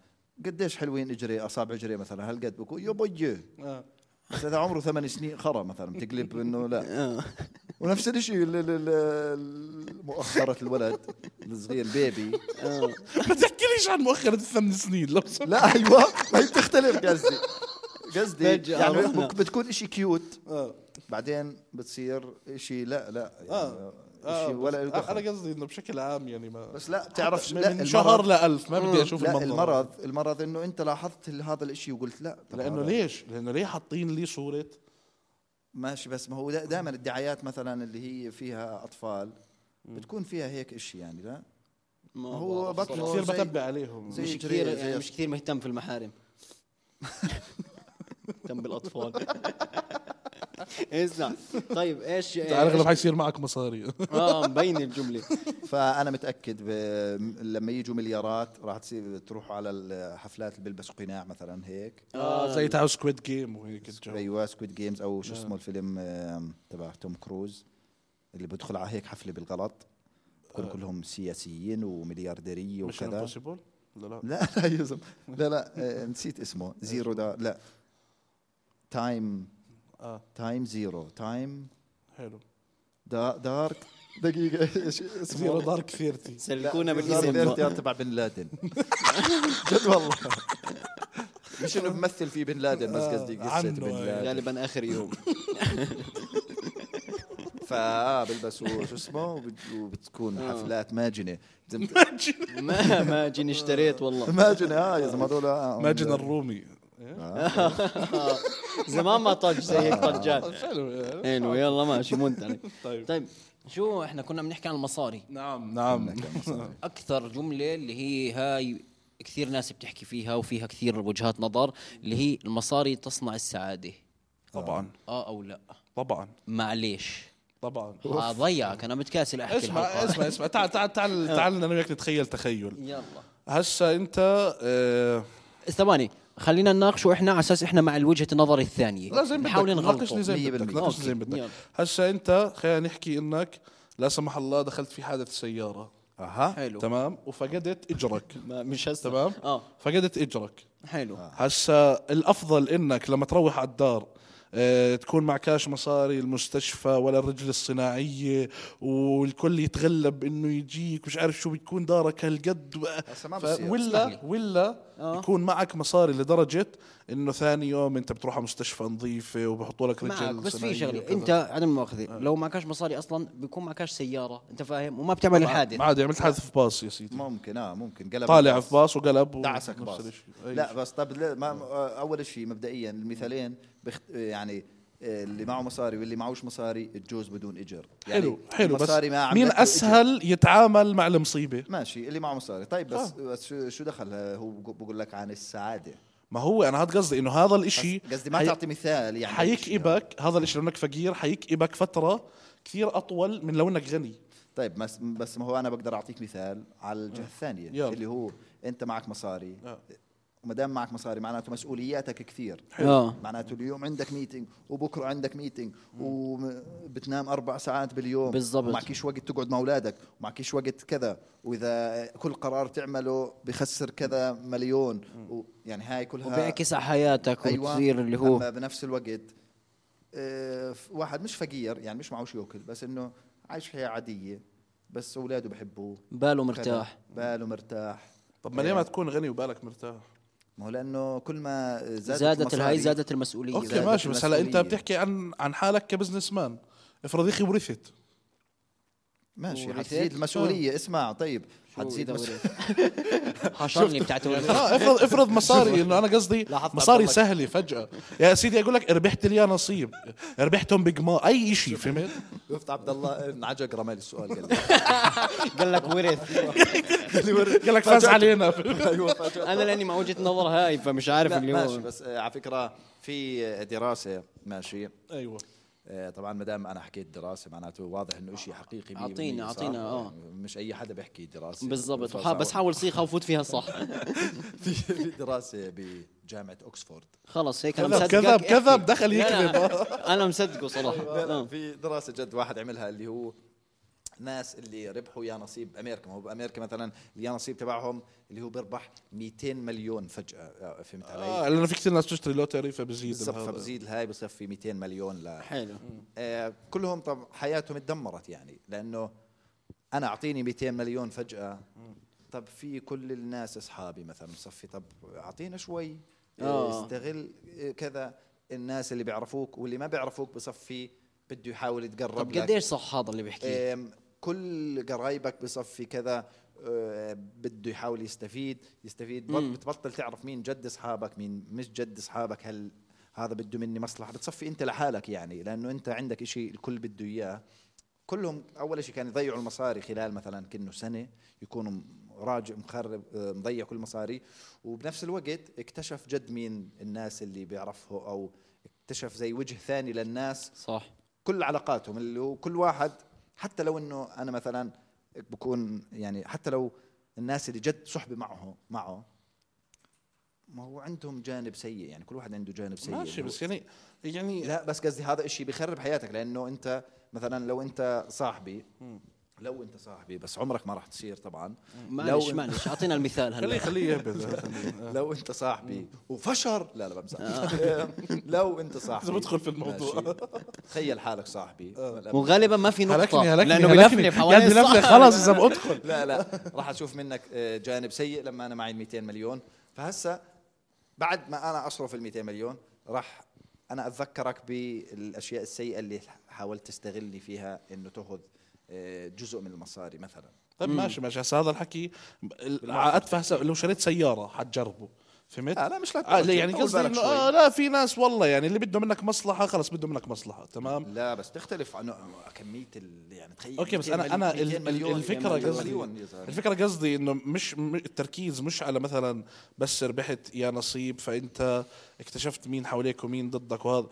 Speaker 3: قديش حلوين اجري اصابع اجري مثلا هالقد بكون يا بيي
Speaker 1: آه.
Speaker 3: بس اذا عمره ثمان سنين خرا مثلا بتقلب انه لا
Speaker 2: آه.
Speaker 3: ونفس الشيء ال- ال- ال- مؤخره الولد الصغير بيبي
Speaker 2: آه.
Speaker 1: ما تحكيليش عن مؤخرة الثمان سنين لو سمحت
Speaker 3: لا ايوه ما هي بتختلف قصدي قصدي
Speaker 2: فجأة
Speaker 3: يعني
Speaker 2: رحنا.
Speaker 3: بك- بتكون اشي كيوت
Speaker 1: آه.
Speaker 3: بعدين بتصير اشي لا لا يعني
Speaker 1: آه.
Speaker 3: اشي ولا
Speaker 1: بس
Speaker 3: دخل.
Speaker 1: انا قصدي انه بشكل عام يعني ما
Speaker 3: بس لا بتعرفش
Speaker 1: من
Speaker 3: لا
Speaker 1: من
Speaker 3: المرض-
Speaker 1: شهر لألف ما بدي اشوف
Speaker 3: لا
Speaker 1: المنظر
Speaker 3: المرض المرض انه انت لاحظت ال- هذا الاشي وقلت لا طب
Speaker 1: لانه
Speaker 3: هذا-
Speaker 1: ليش؟ لانه ليه حاطين لي صورة
Speaker 3: ماشي بس ما هو دائما الدعايات مثلا اللي هي فيها اطفال بتكون فيها هيك اشي يعني لا
Speaker 2: ما
Speaker 3: هو
Speaker 2: بعرف
Speaker 3: بطل.
Speaker 2: صراحة.
Speaker 1: كثير
Speaker 3: زي-
Speaker 1: بتبع عليهم
Speaker 3: زي
Speaker 2: مش
Speaker 3: جريء،
Speaker 2: كثير
Speaker 3: زي
Speaker 2: يعني مش
Speaker 3: أص-
Speaker 2: كثير مهتم في المحارم مهتم بالاطفال اسمع طيب ايش
Speaker 1: على الاغلب حيصير معك مصاري
Speaker 2: اه مبين الجمله
Speaker 3: فانا متاكد ب... لما يجوا مليارات راح تصير تروحوا على الحفلات اللي بيلبسوا قناع مثلا هيك
Speaker 1: آه زي تاع سكويد جيم وهيك الجو
Speaker 3: ايوه سكويد جيمز او شو اسمه الفيلم آم، تبع توم كروز اللي بدخل على هيك حفله بالغلط بكون كلهم سياسيين ومليارديريه
Speaker 1: مش
Speaker 3: وكذا
Speaker 1: امبوسيبل لا لا
Speaker 3: لا لا يزم لا لا آه، نسيت اسمه زيرو دا لا تايم
Speaker 1: اه
Speaker 3: تايم زيرو تايم
Speaker 1: حلو
Speaker 3: دا دارك دقيقة ايش
Speaker 1: زيرو
Speaker 3: اسمه؟
Speaker 1: دارك ثيرتي
Speaker 2: سلكونا
Speaker 3: دارك
Speaker 2: بالاسم
Speaker 3: دارك تبع بن لادن جد والله مش انه بمثل في بن لادن بس
Speaker 1: آه،
Speaker 3: قصدي قصة
Speaker 1: عنه
Speaker 3: بن
Speaker 1: يعني.
Speaker 3: لادن
Speaker 2: غالبا اخر يوم
Speaker 3: فا بلبسوا آه، شو اسمه وبت- وبتكون
Speaker 1: آه.
Speaker 3: حفلات ماجنة زم-
Speaker 2: ما ما جيني اشتريت والله
Speaker 3: ماجنة اه يا زلمة هذول آه،
Speaker 1: ماجن الرومي إيه؟
Speaker 2: زمان ما طج زي هيك
Speaker 1: آه،
Speaker 2: طجات
Speaker 1: حلو إيه.
Speaker 2: حلو يلا ماشي منت
Speaker 1: طيب.
Speaker 2: طيب شو احنا كنا بنحكي عن المصاري
Speaker 1: نعم
Speaker 3: آه،
Speaker 1: نعم
Speaker 2: اكثر جمله اللي هي هاي كثير ناس بتحكي فيها وفيها كثير وجهات نظر اللي هي المصاري تصنع السعاده
Speaker 1: طبعا
Speaker 2: اه او لا
Speaker 1: طبعا
Speaker 2: معليش
Speaker 1: طبعا
Speaker 2: اضيعك انا متكاسل احكي
Speaker 1: اسمع
Speaker 2: الحلقه
Speaker 1: اسمع اسمع تعال تعال تعال
Speaker 3: آه.
Speaker 1: تعال انا وياك نتخيل تخيل
Speaker 2: يلا
Speaker 1: هسا انت آه،
Speaker 2: ثواني خلينا نناقشه احنا على اساس احنا مع وجهه النظر الثانيه
Speaker 1: لا زي ما بدك
Speaker 2: نحاول
Speaker 1: ناقشني
Speaker 2: نغلطه
Speaker 1: زي ما
Speaker 3: 100%.
Speaker 1: بدك ناقشني زي ما
Speaker 2: أوكي. يلا.
Speaker 1: بدك هسا انت خلينا نحكي انك لا سمح الله دخلت في حادث سياره
Speaker 3: اها
Speaker 2: حلو
Speaker 1: تمام وفقدت اجرك
Speaker 2: ما- مش هسه
Speaker 1: تمام آه.
Speaker 2: اه
Speaker 1: فقدت اجرك
Speaker 2: حلو
Speaker 1: هسا الافضل انك لما تروح على الدار آه، تكون مع كاش مصاري المستشفى ولا الرجل الصناعيه والكل يتغلب انه يجيك مش عارف شو بتكون دارك هالقد و-
Speaker 3: هسا ما
Speaker 1: ف-
Speaker 3: بصير.
Speaker 2: اسمح لي.
Speaker 1: ولا ولا
Speaker 2: آه.
Speaker 1: يكون معك مصاري لدرجه انه ثاني يوم انت بتروح على مستشفى نظيفه وبحطوا لك رجل
Speaker 2: معك بس في
Speaker 1: صناعية
Speaker 2: شغله
Speaker 1: وكذا.
Speaker 2: انت عدم المؤاخذه لو معكاش مصاري اصلا بيكون معكاش سياره انت فاهم وما بتعمل الحادث
Speaker 1: ما عاد عملت حادث في باص يا سيدي
Speaker 3: ممكن اه ممكن قلب
Speaker 1: طالع
Speaker 3: الباص.
Speaker 1: في باص وقلب و-
Speaker 3: دعسك
Speaker 1: نفس
Speaker 3: باص
Speaker 1: الشيء. أي
Speaker 3: لا
Speaker 1: شيء.
Speaker 3: بس طب لا ما آه، اول شيء مبدئيا المثالين بخت يعني آه، اللي معه مصاري واللي معهوش مصاري تجوز بدون اجر يعني
Speaker 1: حلو حلو بس
Speaker 3: المصاري ما
Speaker 1: مين
Speaker 3: عملت له إجر.
Speaker 1: اسهل يتعامل مع المصيبه
Speaker 3: ماشي اللي معه مصاري طيب
Speaker 1: آه.
Speaker 3: بس بس شو- شو دخل آه، هو بق- بقول لك عن السعاده
Speaker 1: ما هو انا هاد قصدي انه هذا الاشي
Speaker 3: قصدي ما
Speaker 1: حي-
Speaker 3: تعطي مثال يعني
Speaker 1: حيكئبك هذا الاشي لو انك فقير حيكئبك فتره كثير اطول من لو انك غني
Speaker 3: طيب بس بس ما هو انا بقدر اعطيك مثال على الجهه الثانيه
Speaker 1: آه. يلا.
Speaker 3: اللي هو انت معك مصاري
Speaker 1: آه.
Speaker 3: وما دام معك مصاري معناته مسؤولياتك كثير
Speaker 2: اه
Speaker 3: معناته اليوم عندك ميتنج وبكره عندك ميتنج وبتنام اربع ساعات باليوم
Speaker 2: بالضبط.
Speaker 3: ومعكيش وقت تقعد مع اولادك ومعكيش وقت كذا واذا كل قرار تعمله بخسر كذا مليون و يعني هاي كلها
Speaker 2: وبيعكس على حياتك وبتصير اللي
Speaker 3: اما
Speaker 2: هو
Speaker 3: أيوة، بنفس الوقت آه، ف- واحد مش فقير يعني مش معهوش ياكل بس انه عايش حياه عاديه بس اولاده بحبوه
Speaker 2: باله مرتاح
Speaker 3: كذا، باله مرتاح آه،
Speaker 1: طب ما ليه
Speaker 3: إيه.
Speaker 1: ما تكون غني وبالك مرتاح
Speaker 3: ما هو لانه كل ما زادت,
Speaker 2: زادت
Speaker 3: المصاري-
Speaker 2: الهاي زادت المسؤوليه
Speaker 1: اوكي
Speaker 3: زادت
Speaker 1: ماشي بس هلا انت
Speaker 3: المسؤولية.
Speaker 1: بتحكي عن عن حالك كبزنس مان افرض يا اخي ورثت
Speaker 3: ماشي
Speaker 2: ورثت؟
Speaker 3: حتزيد المسؤوليه اسمع طيب حتزيد
Speaker 2: شو إذا
Speaker 3: المس-
Speaker 2: ورث؟ حشرني بتاعت ورث.
Speaker 1: اه افرض افرض مصاري انه انا قصدي
Speaker 2: لاحظت
Speaker 1: مصاري
Speaker 2: عبد الله.
Speaker 1: سهله فجاه يا سيدي اقول لك ربحت لي نصيب ربحتهم بقمار اي شيء فهمت
Speaker 3: شفت عبد الله انعجق رمى لي السؤال قال
Speaker 2: قال لك ورث
Speaker 1: قال لك فاز
Speaker 3: فجأة.
Speaker 1: علينا
Speaker 3: لي
Speaker 2: أيوة،
Speaker 3: ايوه فجأة.
Speaker 2: انا لاني مع وجهه نظر هاي فمش عارف
Speaker 3: لا،
Speaker 2: اللي
Speaker 3: ماشي
Speaker 2: هو
Speaker 3: بس آه، على فكره في آه، دراسه ماشي
Speaker 1: ايوه
Speaker 3: آه، طبعا ما دام انا حكيت دراسه معناته واضح انه شيء حقيقي 100%
Speaker 2: أعطينا-
Speaker 3: صار.
Speaker 2: أعطينا، آه.
Speaker 3: يعني مش اي حدا بيحكي دراسه
Speaker 2: بالضبط
Speaker 3: فصار-
Speaker 2: وح- بس حاول صيغه وفوت فيها صح
Speaker 3: في في دراسه بجامعه اوكسفورد
Speaker 2: خلص هيك انا
Speaker 1: كذب
Speaker 2: مصدقك
Speaker 1: كذب
Speaker 2: احكي.
Speaker 1: كذب دخل
Speaker 2: لا، لا،
Speaker 1: يكذب
Speaker 2: انا مصدقه صراحه
Speaker 3: لا لا
Speaker 2: آه.
Speaker 3: في دراسه جد واحد عملها اللي هو ناس اللي ربحوا يا نصيب امريكا ما هو بامريكا مثلا اللي يا نصيب تبعهم اللي هو بيربح 200 مليون فجاه آه، فهمت علي؟
Speaker 1: اه لانه في كثير ناس تشتري لوتري فبزيد
Speaker 3: بالضبط
Speaker 1: هذا.
Speaker 3: فبزيد الهاي بصير في 200 مليون ل
Speaker 2: حلو
Speaker 3: آه، كلهم طب حياتهم اتدمرت يعني لانه انا اعطيني 200 مليون فجاه طب في كل الناس اصحابي مثلا صفي طب اعطينا شوي
Speaker 2: آه.
Speaker 3: آه. استغل آه، كذا الناس اللي بيعرفوك واللي ما بيعرفوك بصفي بده يحاول يتقرب
Speaker 2: طب
Speaker 3: لك.
Speaker 2: قديش صح هذا اللي بيحكيه؟
Speaker 3: أم، كل قرايبك بصفي كذا أه، بده يحاول يستفيد يستفيد بط- بتبطل تعرف مين جد اصحابك مين مش جد اصحابك هل هذا بده مني مصلحه بتصفي انت لحالك يعني لانه انت عندك إشي الكل بده اياه كلهم اول شيء كانوا يضيعوا المصاري خلال مثلا كأنه سنه يكونوا م- راجع مخرب آه، مضيع كل المصاري وبنفس الوقت اكتشف جد مين الناس اللي بيعرفه او اكتشف زي وجه ثاني للناس
Speaker 2: صح
Speaker 3: كل علاقاتهم اللي هو كل واحد حتى لو انه انا مثلا بكون يعني حتى لو الناس اللي جد صحبه معه معه ما هو عندهم جانب سيء يعني كل واحد عنده جانب سيء
Speaker 1: ماشي
Speaker 3: إنه-
Speaker 1: بس يعني يعني
Speaker 3: لا بس قصدي هذا الشيء بيخرب حياتك لانه انت مثلا لو انت صاحبي لو انت صاحبي بس عمرك ما راح تصير طبعا
Speaker 2: معلش
Speaker 3: إن-
Speaker 2: معلش اعطينا المثال
Speaker 1: خليه
Speaker 2: هلا
Speaker 1: خليه يهبل
Speaker 3: لو انت صاحبي وفشر لا لا بمزح لو انت
Speaker 1: آه.
Speaker 3: صاحبي
Speaker 1: بدخل في الموضوع. آه.
Speaker 3: ماشي. تخيل حالك صاحبي
Speaker 2: وغالبا ما في نقطه
Speaker 1: هلكني هلكني
Speaker 2: لانه
Speaker 1: هلكني.
Speaker 2: بلفلف حوالين
Speaker 1: يا بلفلف
Speaker 2: الصخر.
Speaker 1: خلاص اذا بدخل
Speaker 3: لا لا راح اشوف منك آه، جانب سيء لما انا معي ال 200 مليون فهسه بعد ما انا اصرف ال 200 مليون راح انا اتذكرك بالاشياء السيئه اللي حاولت تستغلني فيها انه تاخذ آه، جزء من المصاري مثلا
Speaker 1: طيب ماشي ماشي هسه هذا الحكي ال- ادفع هسه لو شريت سياره حتجربه فهمت؟
Speaker 3: آه، لا، مش للدرجة.
Speaker 1: آه لا يعني
Speaker 3: طول
Speaker 1: قصدي
Speaker 3: بالك
Speaker 1: انه
Speaker 3: شوي.
Speaker 1: آه لا في ناس والله يعني اللي بده منك مصلحه خلص بده منك مصلحه تمام؟
Speaker 3: لا بس تختلف عن كميه ال- يعني تخيل
Speaker 1: اوكي بس
Speaker 3: 200
Speaker 1: انا انا
Speaker 3: مليون-
Speaker 1: ال-
Speaker 3: 200
Speaker 1: ال-
Speaker 3: مليون،
Speaker 1: الفكره
Speaker 3: 200
Speaker 1: قصدي
Speaker 3: مليون يا زلمة.
Speaker 1: الفكره قصدي انه مش م- التركيز مش على مثلا بس ربحت يا نصيب فانت اكتشفت مين حواليك ومين ضدك وهذا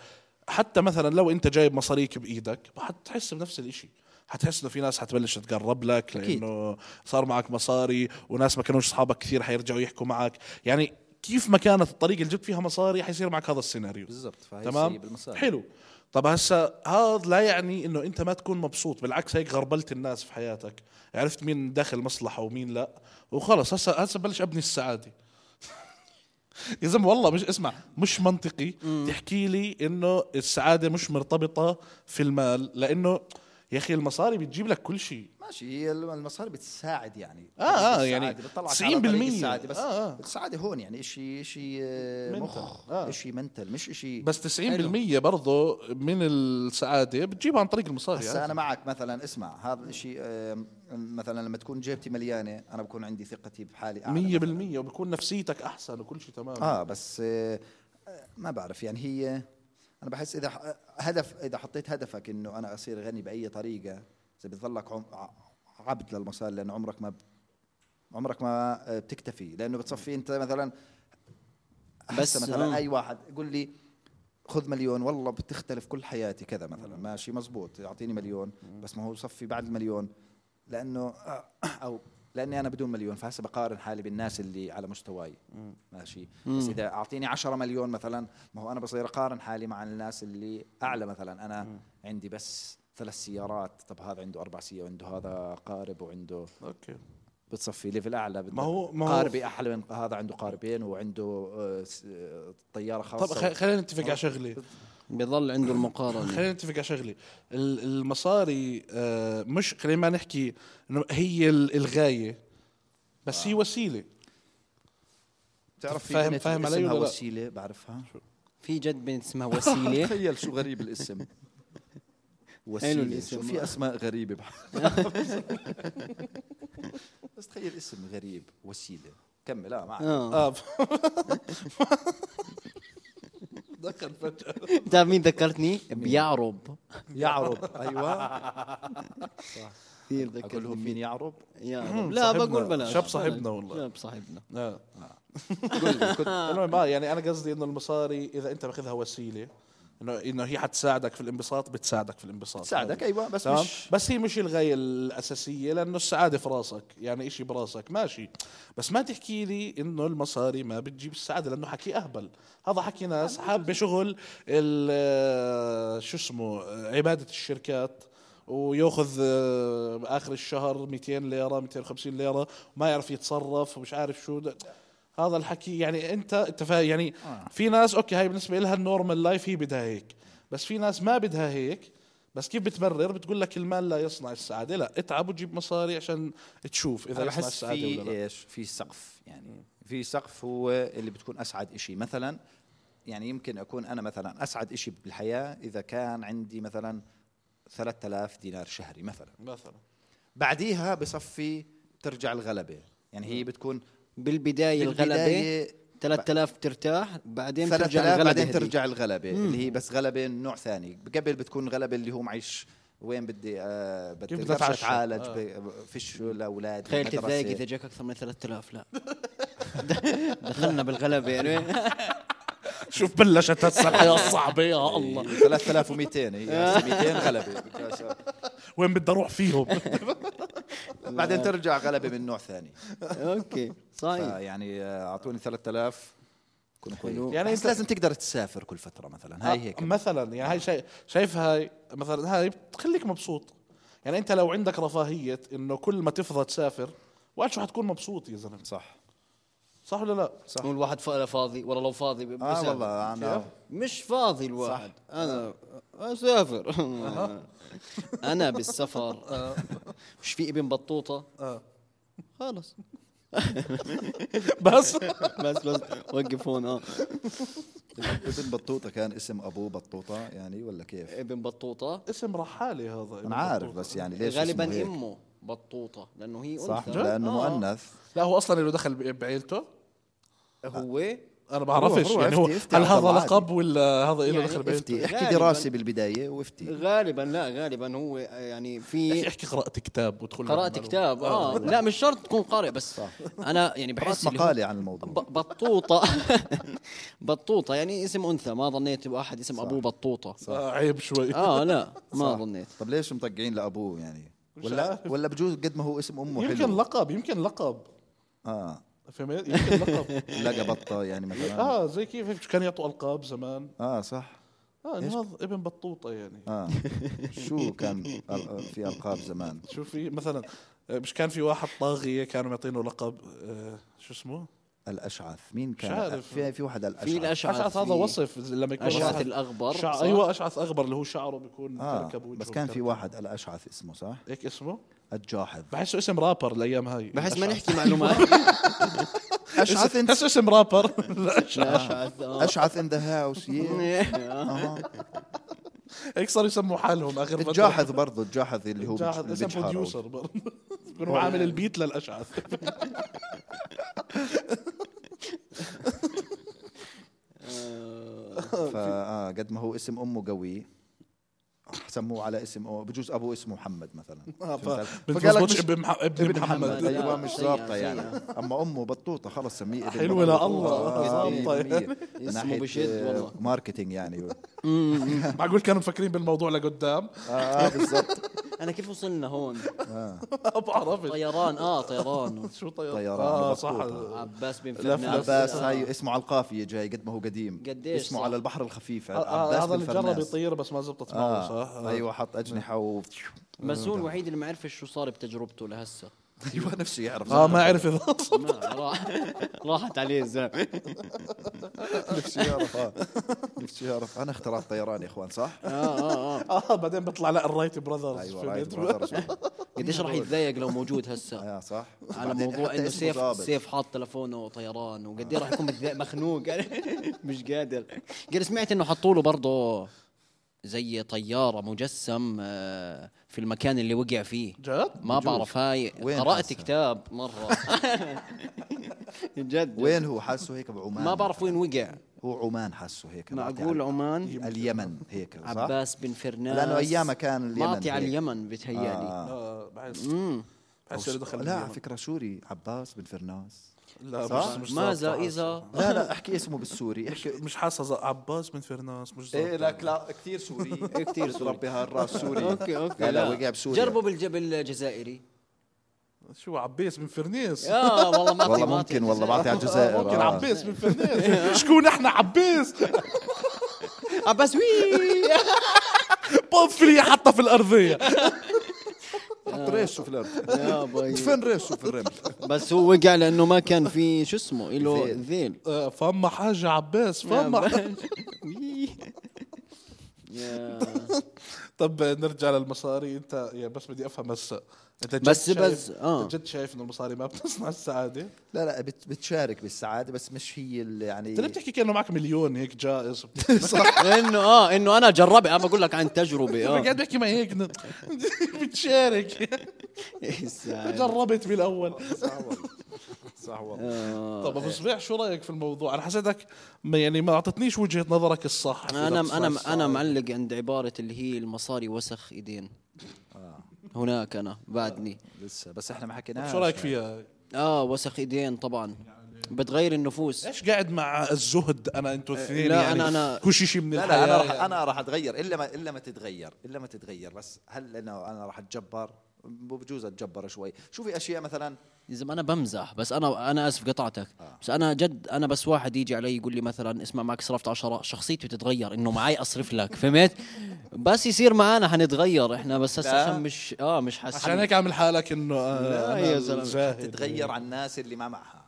Speaker 1: حتى مثلا لو انت جايب مصاريك بايدك حتحس بنفس الشيء حتحس انه في ناس حتبلش تقرب لك
Speaker 3: أكيد.
Speaker 1: لانه صار معك مصاري وناس ما كانوش اصحابك كثير حيرجعوا يحكوا معك يعني كيف ما كانت الطريقه اللي جبت فيها مصاري حيصير معك هذا السيناريو
Speaker 3: بالضبط فهي
Speaker 1: تمام
Speaker 3: سيء بالمصاري.
Speaker 1: حلو طب هسا هذا لا يعني انه انت ما تكون مبسوط بالعكس هيك غربلت الناس في حياتك عرفت مين داخل مصلحه ومين لا وخلص هسا هسا بلش ابني السعاده يا زلمه والله مش اسمع مش منطقي تحكي لي انه السعاده مش مرتبطه في المال لانه يا اخي المصاري بتجيب لك كل شيء
Speaker 3: ماشي هي الم- المصاري بتساعد يعني
Speaker 1: آه، آه،
Speaker 3: السعادة،
Speaker 1: يعني
Speaker 3: بتطلعك
Speaker 1: 90%
Speaker 3: على طريق السعادة بس
Speaker 1: آه، آه.
Speaker 3: السعادة هون يعني شيء شيء
Speaker 1: Mental.
Speaker 3: مخ
Speaker 1: آه.
Speaker 3: شيء منتل مش شيء
Speaker 1: بس 90% برضه من السعاده بتجيبها عن طريق المصاري
Speaker 3: هسا انا معك مثلا اسمع هذا الشيء آم، مثلا لما تكون جيبتي مليانه انا بكون عندي ثقتي بحالي اعلى مثلاً.
Speaker 1: 100% وبكون نفسيتك احسن وكل شيء تمام
Speaker 3: اه بس آه، ما بعرف يعني هي انا بحس اذا ح- هدف اذا حطيت هدفك انه انا اصير غني باي طريقه اذا بتضلك عم- ع- عبد للمصاري لانه عمرك ما ب- عمرك ما آه، بتكتفي لانه بتصفي انت مثلا
Speaker 2: بس
Speaker 3: بس مثلا
Speaker 2: آه.
Speaker 3: اي واحد يقول لي خذ مليون والله بتختلف كل حياتي كذا مثلا ماشي مزبوط يعطيني مليون بس ما هو صفي بعد المليون لانه آه، او لاني انا بدون مليون فهسه بقارن حالي بالناس اللي على مستواي ماشي بس اذا اعطيني 10 مليون مثلا ما هو انا بصير اقارن حالي مع الناس اللي اعلى مثلا انا عندي بس ثلاث سيارات طب هذا عنده اربع سيارات وعنده هذا قارب وعنده
Speaker 1: اوكي
Speaker 3: بتصفي ليفل اعلى بدك
Speaker 1: ما هو- ما هو-
Speaker 3: قاربي احلى من هذا عنده قاربين وعنده آه، س- آه، طياره خاصه
Speaker 1: طب خ- خلينا نتفق على شغله
Speaker 2: بيضل عنده المقارنه
Speaker 1: خلينا نتفق على شغله ال- المصاري آه، مش خلينا ما نحكي انه هي ال- الغايه بس هي وسيله
Speaker 3: بتعرف في
Speaker 1: فاهم-
Speaker 3: بنت
Speaker 1: فاهم علي
Speaker 3: اسمها
Speaker 1: ولا لا؟
Speaker 3: وسيله بعرفها
Speaker 2: في جد بنت اسمها وسيله
Speaker 3: تخيل شو غريب الاسم
Speaker 2: حلو
Speaker 3: وسيله
Speaker 2: الاسم.
Speaker 3: شو في اسماء غريبه بح- بس تخيل اسم غريب وسيله كمل اه معك
Speaker 2: اه
Speaker 1: اه ف- دخل فجاه
Speaker 2: بتعرف مين ذكرتني؟ بيعرب
Speaker 3: يعرب
Speaker 1: أيوة.
Speaker 3: ايوه
Speaker 2: كثير
Speaker 3: اقول لهم
Speaker 2: ذكرتني
Speaker 3: مين يعرب
Speaker 2: يعرب لا
Speaker 1: صاحبنا.
Speaker 2: بقول بلاش
Speaker 1: شاب صاحبنا والله.
Speaker 2: شاب صاحبنا
Speaker 1: آه. المهم آه، يعني انا قصدي انه المصاري اذا انت باخذها وسيله انه انه هي حتساعدك في الانبساط بتساعدك في الانبساط
Speaker 3: ساعدك
Speaker 1: هذا.
Speaker 3: ايوه بس
Speaker 1: تمام
Speaker 3: مش
Speaker 1: بس هي مش الغايه الاساسيه لانه السعاده في راسك يعني إشي براسك ماشي بس ما تحكي لي انه المصاري ما بتجيب السعاده لانه حكي اهبل هذا حكي ناس حابه شغل ال- شو اسمه عباده الشركات وياخذ آه، اخر الشهر 200 ليره 250 ليره وما يعرف يتصرف ومش عارف شو ده. هذا الحكي يعني انت انت فا- يعني في ناس اوكي هاي بالنسبه لها النورمال لايف هي بدها هيك بس في ناس ما بدها هيك بس كيف بتمرر بتقول لك المال لا يصنع السعاده لا اتعب وجيب مصاري عشان تشوف اذا
Speaker 3: انا
Speaker 1: يصنع
Speaker 3: بحس
Speaker 1: السعاده ولا
Speaker 3: في إيه؟
Speaker 1: لا
Speaker 3: ايش في سقف يعني في سقف هو اللي بتكون اسعد إشي مثلا يعني يمكن اكون انا مثلا اسعد إشي بالحياه اذا كان عندي مثلا 3000 دينار شهري مثلا
Speaker 1: مثلا
Speaker 3: بعديها بصفي ترجع الغلبه يعني هي بتكون
Speaker 2: بالبدايه الغلبه
Speaker 3: بالبداية
Speaker 2: 3000 بترتاح بعدين ترجع
Speaker 3: 3000
Speaker 2: الغلبه
Speaker 3: بعدين
Speaker 2: هدي.
Speaker 3: ترجع الغلبه اللي هي بس غلبه نوع ثاني قبل بتكون غلبه اللي هو معيش وين بدي آه بدي
Speaker 1: كيف بدي
Speaker 3: بدي
Speaker 1: أتعشى؟
Speaker 3: اتعالج
Speaker 1: آه.
Speaker 3: ب- فيش لاولادي
Speaker 2: تخيل تتضايق اذا جاك اكثر من 3000 لا دخلنا بالغلبه يعني
Speaker 1: شوف بلشت هسه الحياه الصعبه يا الله
Speaker 3: إيه، 3200 هي هسه 200 غلبه
Speaker 1: وين بدي اروح فيهم آه.
Speaker 3: بعدين ترجع غلبه من نوع ثاني
Speaker 2: اوكي
Speaker 1: طيب.
Speaker 2: صحيح
Speaker 3: يعني اعطوني 3000 كونوا
Speaker 2: حلو.
Speaker 3: حلو
Speaker 1: يعني
Speaker 3: يعني
Speaker 1: أنت-
Speaker 3: بس لازم تقدر تسافر كل فتره مثلا هاي هيك
Speaker 1: مثلا يعني هاي شيء شايف هاي مثلا هاي بتخليك مبسوط يعني انت لو عندك رفاهيه انه كل ما تفضى تسافر وقت شو حتكون مبسوط يا زلمه
Speaker 3: صح
Speaker 1: صح ولا لا؟
Speaker 3: صح.
Speaker 2: والواحد فا- فاضي والله لو فاضي
Speaker 1: آه،
Speaker 2: ب-
Speaker 3: اه
Speaker 2: بسافر.
Speaker 3: والله انا
Speaker 2: مش فاضي الواحد انا اسافر انا بالسفر مش في ابن بطوطه
Speaker 1: آه.
Speaker 2: خلص
Speaker 1: بس
Speaker 2: بس بس وقف هون اه
Speaker 3: ابن بطوطه كان اسم ابوه بطوطه يعني ولا كيف؟
Speaker 2: ابن بطوطه
Speaker 1: اسم رحالي هذا
Speaker 3: انا عارف بس يعني ليش
Speaker 2: غالبا
Speaker 3: اسمه هيك؟
Speaker 2: امه بطوطه لانه هي
Speaker 3: صح
Speaker 2: انثى
Speaker 3: لانه
Speaker 2: آه.
Speaker 3: مؤنث
Speaker 1: لا هو اصلا له دخل ب- بعيلته
Speaker 2: هو
Speaker 1: انا بعرفش
Speaker 3: هو- هو
Speaker 1: يعني هو
Speaker 3: افتي- افتي
Speaker 1: هل
Speaker 3: على
Speaker 1: هذا
Speaker 3: طبعه عادي.
Speaker 1: لقب ولا هذا له
Speaker 2: يعني
Speaker 1: دخل
Speaker 3: افتي
Speaker 1: بعيلته؟
Speaker 3: احكي
Speaker 2: غالباً.
Speaker 3: دراسه بالبدايه
Speaker 1: آه.
Speaker 3: وافتي
Speaker 2: غالبا لا غالبا هو يعني
Speaker 1: يا أخي
Speaker 2: في
Speaker 1: احكي قرات كتاب ودخل
Speaker 2: قرات
Speaker 1: بالمعلومة.
Speaker 2: كتاب اه
Speaker 1: آه،
Speaker 2: لا مش شرط تكون قارئ بس انا يعني
Speaker 3: بحث
Speaker 2: بحس اللي هو-
Speaker 3: مقاله عن الموضوع
Speaker 2: ب- بطوطه بطوطه يعني اسم انثى ما ظنيت واحد اسم ابوه بطوطه
Speaker 1: آه، عيب شوي
Speaker 2: اه لا ما ظنيت
Speaker 3: طب ليش مطقعين لابوه يعني؟
Speaker 1: مش
Speaker 3: ولا
Speaker 1: عارف.
Speaker 3: ولا بجوز قد ما هو اسم امه
Speaker 1: يمكن
Speaker 3: حلو
Speaker 1: لقب يمكن لقب
Speaker 3: اه
Speaker 1: فهمت؟ يمكن لقب
Speaker 3: لقى بطه يعني مثلا
Speaker 1: اه زي كيف هيك كان يعطوا القاب زمان
Speaker 3: اه صح
Speaker 1: اه إنه هذا ابن بطوطه يعني
Speaker 3: اه شو كان أل- في القاب زمان
Speaker 1: شو في مثلا آه، مش كان في واحد طاغيه كانوا معطينه لقب آه، شو اسمه؟
Speaker 3: الاشعث مين كان
Speaker 1: عارف.
Speaker 3: في في واحد
Speaker 2: في
Speaker 3: الاشعث
Speaker 2: الاشعث
Speaker 1: اشعث هذا
Speaker 2: في-
Speaker 1: وصف لما يكون
Speaker 2: أشعث
Speaker 1: واحد
Speaker 2: الأغبر،
Speaker 1: شع...
Speaker 2: صح؟
Speaker 1: ايوه اشعث اغبر اللي هو شعره بيكون
Speaker 3: اه
Speaker 1: كركب وجهه
Speaker 3: بس كان في
Speaker 1: وكركب.
Speaker 3: واحد الاشعث اسمه صح
Speaker 1: هيك اسمه؟
Speaker 3: الجاحظ
Speaker 1: بحسه اسم رابر الايام هاي
Speaker 2: بحس ما
Speaker 1: الأشعث.
Speaker 2: نحكي معلومات
Speaker 3: اشعث انت
Speaker 1: بحسه اسم رابر الأشعث.
Speaker 2: الاشعث آه.
Speaker 3: اشعث ان ذا هاوس
Speaker 1: هيك صاروا يسموا حالهم اخر فترة.
Speaker 3: الجاحظ برضه الجاحظ اللي هو
Speaker 1: جاحظ اسم
Speaker 3: بيجحره.
Speaker 1: بروديوسر برضه بيكونوا عامل البيت للاشعث
Speaker 3: فاه آه، قد ما هو اسم امه قوي سموه على اسم أمه. بجوز ابوه اسمه محمد مثلا
Speaker 1: آه، ف-
Speaker 3: فهمت؟ فقال لك
Speaker 1: بتزبطش
Speaker 3: مش-
Speaker 1: ابن مح- ابن
Speaker 3: ابن
Speaker 1: محمد
Speaker 3: محمد
Speaker 2: لا،
Speaker 3: ايوه مش
Speaker 2: سيئة،
Speaker 3: ظابطه
Speaker 2: سيئة.
Speaker 3: يعني اما امه بطوطه خلص سميه ابن
Speaker 1: حلوة
Speaker 3: محمد.
Speaker 1: لله،
Speaker 3: آه،
Speaker 1: ظابطة
Speaker 3: مية بالمية. من
Speaker 2: اسمه
Speaker 3: ناحية،
Speaker 2: بشد
Speaker 3: آه،
Speaker 2: والله.
Speaker 3: ماركتينج يعني
Speaker 1: معقول كانوا مفكرين بالموضوع لقدام
Speaker 3: اه آه، بالضبط
Speaker 2: انا كيف وصلنا هون
Speaker 1: ما بعرفش
Speaker 2: طيران اه طيران
Speaker 1: شو طيران
Speaker 3: طيران
Speaker 1: اه
Speaker 3: مبطوطة.
Speaker 1: صح
Speaker 2: عباس بن
Speaker 1: لف-
Speaker 2: فرناس
Speaker 3: عباس
Speaker 2: آه.
Speaker 3: هاي اسمه على القافيه جاي قد ما هو قديم
Speaker 2: قديش
Speaker 3: اسمه
Speaker 2: صح؟
Speaker 3: على البحر الخفيف
Speaker 1: آه،
Speaker 3: عباس
Speaker 1: هذا اللي جرب
Speaker 3: بالفرناس.
Speaker 1: يطير بس ما زبطت معه صح
Speaker 3: اه
Speaker 1: آه.
Speaker 3: ايوه حط اجنحه و
Speaker 2: بس هو الوحيد اللي ما عرفش شو صار بتجربته لهسه
Speaker 3: ايوه نفسه يعرف
Speaker 1: اه ما اعرف اذا
Speaker 2: ما راح راحت عليه الزلمه
Speaker 3: نفسه يعرف اه نفسه يعرف انا اخترعت طيران يا اخوان
Speaker 2: آه،
Speaker 3: صح؟
Speaker 1: اه بعدين بيطلع لا الرايت براذرز
Speaker 3: ايوه
Speaker 1: في
Speaker 3: رايت
Speaker 1: الإنترو.
Speaker 3: براذرز.
Speaker 2: قديش راح يتضايق لو موجود هسه
Speaker 3: اه صح
Speaker 2: على
Speaker 3: بعدين
Speaker 2: موضوع
Speaker 3: حتى
Speaker 2: انه
Speaker 3: اسمه
Speaker 2: سيف
Speaker 3: ظابط.
Speaker 2: سيف حاط تلفونه طيران وقد ايه راح يكون متضايق- مخنوق مش قادر قد سمعت انه حطوا له برضه زي طياره مجسم آه، في المكان اللي وقع فيه
Speaker 1: جد؟
Speaker 2: ما بعرف هاي
Speaker 3: وين
Speaker 2: قرات
Speaker 3: هسه؟
Speaker 2: كتاب مره جد
Speaker 3: وين هو حاسه هيك بعمان
Speaker 2: ما بعرف وين وقع
Speaker 3: هو عمان حاسه هيك
Speaker 2: معقول عمان
Speaker 3: يعني اليمن هيك صح؟
Speaker 2: عباس بن فرناس
Speaker 3: لأنه أيامها كان اليمن
Speaker 2: معطي على
Speaker 3: هيك.
Speaker 2: اليمن بتهيألي
Speaker 3: آه.
Speaker 1: آه، بحس
Speaker 3: أو
Speaker 1: بحس اللي
Speaker 3: س-
Speaker 1: دخل
Speaker 3: لا على
Speaker 1: اليمن.
Speaker 3: فكره سوري عباس بن فرناس
Speaker 1: لا
Speaker 3: صح؟
Speaker 1: مش- مش
Speaker 2: ماذا
Speaker 1: ظابطة.
Speaker 2: اذا
Speaker 3: لا لا احكي اسمه بالسوري
Speaker 1: مش-
Speaker 3: احكي
Speaker 1: مش حاسه ز- عباس بن فرناس مش
Speaker 3: إيه
Speaker 1: ظابطة.
Speaker 3: لك لا كثير سوري
Speaker 2: كتير سوري.
Speaker 3: ربي هالراس سوري
Speaker 2: اوكي اوكي
Speaker 3: لا لا وقع بسوريا
Speaker 2: جربوا بالجبل الجزائري
Speaker 1: شو عباس بن
Speaker 3: إيه،
Speaker 1: فرنيس
Speaker 2: اه والله ما
Speaker 3: والله ممكن والله بعطي على الجزائر
Speaker 1: ممكن
Speaker 3: آه.
Speaker 1: عباس بن فرنيس شكون احنا عباس
Speaker 2: عباس وي
Speaker 1: طف لي حتى في الارضيه
Speaker 3: حط ريشه في الارض
Speaker 2: يا باي.
Speaker 3: دفن ريشه في الرمل
Speaker 2: بس هو وقع لانه ما كان في شو اسمه له
Speaker 3: ذيل.
Speaker 2: ذيل
Speaker 1: آه، فما حاجه عباس
Speaker 2: نعم.
Speaker 1: فما
Speaker 2: يا.
Speaker 1: طب نرجع للمصاري انت يا بس بدي افهم هسه انت جد
Speaker 2: بس-
Speaker 1: شايف-
Speaker 2: بس- آه. إيه.
Speaker 1: انت جد شايف انه المصاري ما بتصنع السعاده
Speaker 3: لا لا بت- بتشارك بالسعاده بس مش هي اللي يعني
Speaker 1: انت طيب ليه بتحكي كانه معك مليون هيك جائز
Speaker 2: انه اه انه انا جربت انا بقول لك عن تجربه اه
Speaker 1: قاعد بحكي ما هيك ن- بتشارك
Speaker 2: آه.
Speaker 1: جربت بالاول
Speaker 3: صح والله صح والله
Speaker 2: آه.
Speaker 1: طب ابو صبيح شو رايك في الموضوع انا حسيتك ما- يعني ما اعطتنيش وجهه نظرك الصح في
Speaker 2: انا
Speaker 1: لبس
Speaker 2: انا
Speaker 1: الصعيد.
Speaker 2: انا معلق عند عباره اللي هي المصاري وسخ ايدين
Speaker 3: آه.
Speaker 2: هناك انا بعدني
Speaker 3: لسه بس احنا ما حكيناش
Speaker 1: شو رايك فيها
Speaker 3: آه.
Speaker 2: اه وسخ ايدين طبعا بتغير النفوس
Speaker 1: ليش قاعد مع الزهد انا انتوا الاثنين
Speaker 2: إيه، لا،
Speaker 1: يعني
Speaker 2: أنا- أنا-
Speaker 1: كل شيء من
Speaker 3: لا لا انا
Speaker 1: الحياه
Speaker 3: راح
Speaker 1: يعني.
Speaker 3: انا راح اتغير الا ما الا ما تتغير الا ما تتغير بس هل انا انا راح اتجبر بجوز اتجبر شوي شو في اشياء مثلا
Speaker 2: يا زلمه انا بمزح بس انا انا اسف قطعتك بس انا جد انا بس واحد يجي علي يقول لي مثلا اسمع معك صرفت 10 شخصيتي تتغير انه معي اصرف لك فهمت بس يصير معانا حنتغير احنا بس هسه
Speaker 3: لا.
Speaker 2: عشان مش اه مش حاسين
Speaker 1: عشان هيك عامل حالك انه آه،
Speaker 2: لا
Speaker 1: أنا
Speaker 2: يا زلمة،
Speaker 1: الزاهد.
Speaker 3: تتغير عن الناس اللي ما معها